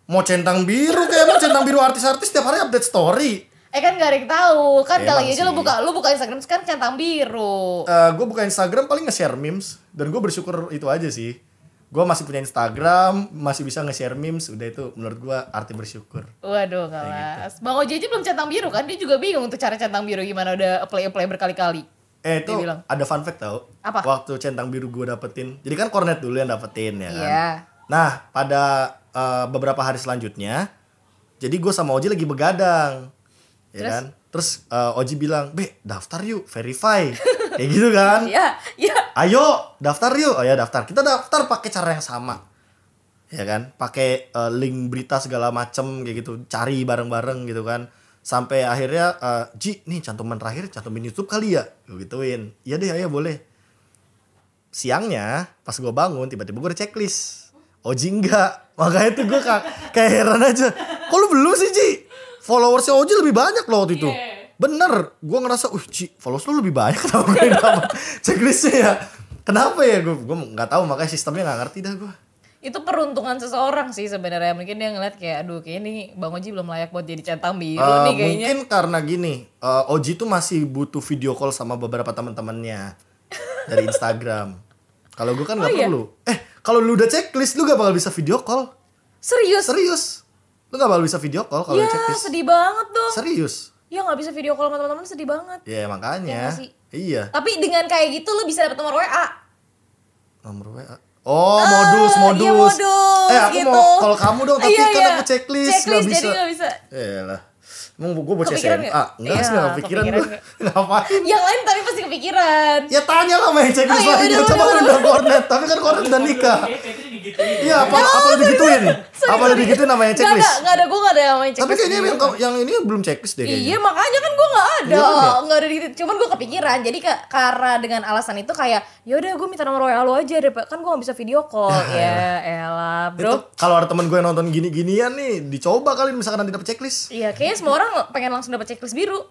Mau centang biru kayak emang centang biru artis-artis tiap hari update story. Eh kan gak ada yang tahu. Kan Emang kalau lagi aja lu sih. buka lu buka Instagram kan centang biru. gue Eh, buka Instagram paling nge-share memes dan gue bersyukur itu aja sih. Gue masih punya Instagram, masih bisa nge-share memes, udah itu menurut gue arti bersyukur. Waduh, gitu. kelas. Bang Oji aja belum centang biru kan? Dia juga bingung tuh cara centang biru gimana udah play-play berkali-kali. Eh itu Dia bilang. ada fun fact tau Apa? Waktu centang biru gue dapetin Jadi kan kornet dulu yang dapetin ya kan Iya. Nah pada eh, beberapa hari selanjutnya Jadi gue sama Oji lagi begadang Ya Terus? kan Terus eh, Oji bilang Be daftar yuk verify Kayak gitu kan Iya, iya. Ayo daftar yuk Oh ya daftar Kita daftar pakai cara yang sama Ya kan Pakai eh, link berita segala macem kayak gitu Cari bareng-bareng gitu kan Sampai akhirnya eh, Ji nih cantuman terakhir cantumin Youtube kali ya Gue gituin Iya deh ayo boleh Siangnya pas gue bangun tiba-tiba gue ada checklist Oji enggak Makanya tuh gue ka- kayak heran aja Kok lu belum sih Ji Followersnya Oji lebih banyak loh waktu itu Iya. Bener Gue ngerasa Uh Ji followers lu lebih banyak Kenapa gue yang dapat checklistnya ya Kenapa ya gue Gue gak tahu makanya sistemnya gak ngerti dah gue itu peruntungan seseorang sih sebenarnya mungkin dia ngeliat kayak aduh kayak ini bang Oji belum layak buat jadi centang biru Eh, nih kayaknya mungkin karena gini eh, Oji tuh masih butuh video call sama beberapa teman-temannya dari Instagram kalau gue kan nggak Oh, iya? perlu eh kalau lu udah checklist lu gak bakal bisa video call Serius? Serius. Lu gak bakal bisa video call kalau ya, checklist. sedih banget dong. Serius. Ya nggak bisa video call sama teman-teman sedih banget. Ya makanya. Ya, nggak sih? iya. Tapi dengan kayak gitu lu bisa dapet nomor WA. Nomor WA. Oh, modus, iya, modus. modus, eh, aku gitu. mau call kamu dong, tapi Iya, kan iya. aku checklist, Checklist nggak bisa. jadi nggak bisa. Yalah. Emang gue bocah Kepikiran SMA? nggak? Ah, Enggak sih, Iya, gak kepikiran kepikiran gue. Ngapain? Yang lain tapi pasti kepikiran. Ya tanya lah main checklist Oh, iya, lainnya, udah, coba udah, lu udah. udah kornet. Tapi kan kornet udah nikah. Kayak gitu. Patrick digituin. Iya, apa Ah, apa lu digituin? Oh, Sorry, Apa lu sorry. digituin namanya Nggak ada, checklist? nggak ada gue nggak ada yang main Tapi checklist. kayaknya yang, sendiri. yang ini belum checklist deh Iya kayaknya. makanya kan gue nggak ada, Iya kan ya? nggak ada di Cuman gue kepikiran, jadi ke, karena dengan alasan itu kayak, yaudah gue minta nomor WA lo aja deh, kan gue nggak bisa video call. Ya, elah Itu bro. kalau ada teman gue yang nonton gini-ginian nih, dicoba kali misalkan nanti dapet checklist. Iya, kayaknya semua orang pengen langsung dapat checklist biru,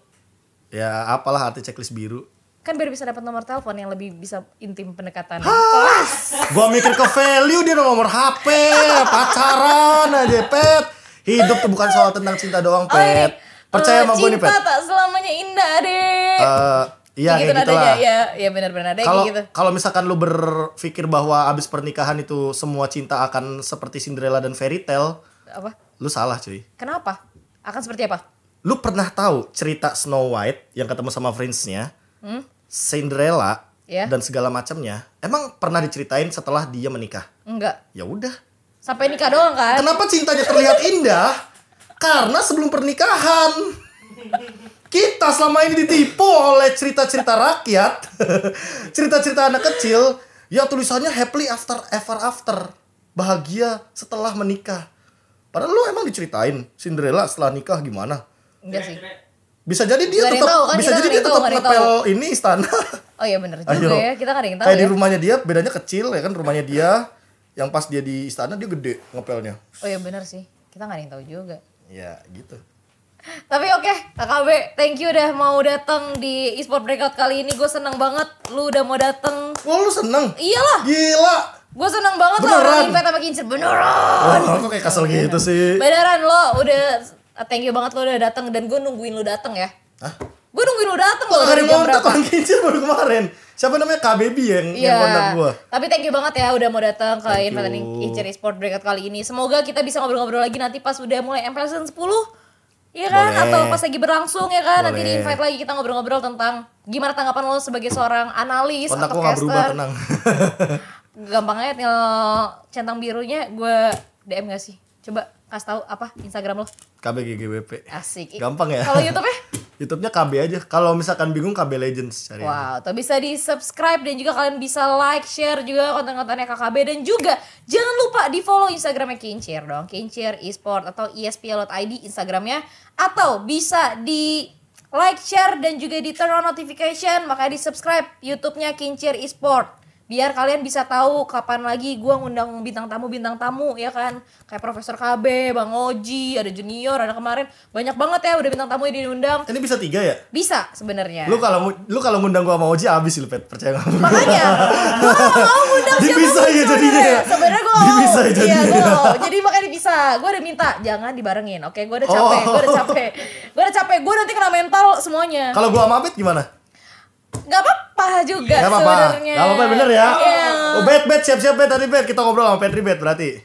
Ya apalah arti checklist biru. kan biar bisa dapat nomor telepon yang lebih bisa intim pendekatan. Gua mikir ke value dia nomor HP, pacaran aja, Pet. Hidup tuh bukan soal tentang cinta doang, Oh, ini, Pet. Percaya eh, sama gue nih, Pet. Cinta tak selamanya indah deh. Eh, iya kayak Kayak gitu nadanya, lah. Ya, ya benar-benar ada Kalau kayak gitu. kalau misalkan lu berpikir bahwa abis pernikahan itu semua cinta akan seperti Cinderella dan fairy tale, Apa? lu salah cuy. Kenapa? Akan seperti apa? Lu pernah tahu cerita Snow White yang ketemu sama prince-nya? Cinderella Iya. dan segala macamnya. Emang pernah diceritain setelah dia menikah? Enggak. Ya udah. Sampai nikah doang kan? Kenapa cintanya terlihat indah? Karena sebelum pernikahan kita selama ini ditipu oleh cerita-cerita rakyat, cerita-cerita anak kecil, ya tulisannya happily after ever after, bahagia setelah menikah. Padahal lu emang diceritain Cinderella setelah nikah gimana? Enggak sih. Bisa jadi dia Nggak ada yang tetap tahu kan, bisa kita jadi nggak dia ada yang tetap tahu, nggak ada yang ngepel ini istana. Oh iya bener Ayo. juga ya, kita nggak ada yang tahu Kayak ya. di rumahnya dia bedanya kecil ya kan rumahnya dia yang pas dia di istana dia gede ngepelnya. Oh iya bener sih, kita nggak ada yang tahu juga. Ya gitu. Tapi oke, KKB, thank you udah mau datang di eSport Breakout kali ini. Gue seneng banget lu udah mau datang. Wah lu seneng? Iyalah, Gila. gue seneng banget lo Beneran. orang invite sama Kincir. Beneran. Wah kok kayak kesel Iya. gitu sih. Beneran lo udah thank you banget lo udah datang dan gue nungguin lu datang ya. Hah? Gue nungguin lu datang Kok loh gak ada dari yang jam kontak berapa. orang kincir baru kemarin? Siapa namanya? Kak Baby ya, yang, yang kontak gua. Iya. Tapi thank you banget ya udah mau datang ke Thank Infinite you. Incer Sport Breakout kali ini. Semoga kita bisa ngobrol-ngobrol lagi nanti pas udah mulai MPL season 10. Iya kan? Boleh. Atau pas lagi berlangsung ya kan? Nanti di Boleh. invite lagi kita ngobrol-ngobrol tentang gimana tanggapan lo sebagai seorang analis Kontak gua atau gak caster. berubah tenang. Gampang aja tinggal centang birunya gue DM gak sih? Coba kasih tahu apa Instagram lo. KBGGWP. Asik. Gampang ya? Kalau YouTube-nya? YouTube-nya KB aja. Kalau misalkan bingung KB Legends cari. aja. Wow, tuh bisa di subscribe dan juga kalian bisa like, share juga konten-kontennya KKB dan juga jangan lupa di follow Instagramnya Kincir dong, Kincir Esport atau E ISPL.id Instagramnya atau bisa di like, share dan juga di turn on notification makanya di subscribe YouTube-nya Kincir Esport biar kalian bisa tahu kapan lagi gua ngundang bintang tamu bintang tamu ya kan kayak Profesor KB, Bang Oji, ada Junior, ada kemarin banyak banget ya udah bintang tamu yang diundang Ini bisa tiga ya? bisa sebenarnya Lu kalau mu- lu kalau ngundang gua sama Oji abis lu Pet, percaya gak? makanya gue gak mau ngundang siapa Dipisah ya jadinya ya? sebenarnya gue mau Dipisah ya iya gue jadinya. mau jadi makanya dipisah gue udah minta jangan dibarengin oke gue udah capek gue udah Oh. capek gue udah capek gue nanti kena mental semuanya Kalau gua sama Abed gimana? gak apa-apa juga Gak apa-apa, sebenarnya gak apa-apa bener ya Iya. Oh bet, bet, siap-siap bet, tadi bet Kita ngobrol sama Petri bet berarti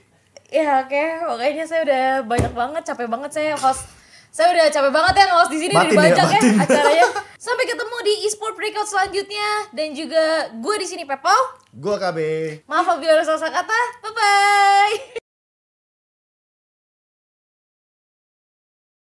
Iya oke, pokoknya saya udah banyak banget, capek banget saya host. Saya udah capek banget ya host di sini dari Batin ya, banyak ya, batin. acaranya. Sampai ketemu di eSport Breakout selanjutnya dan juga gue di sini Pepau. Gua KB Maaf apabila ada salah kata. Bye bye.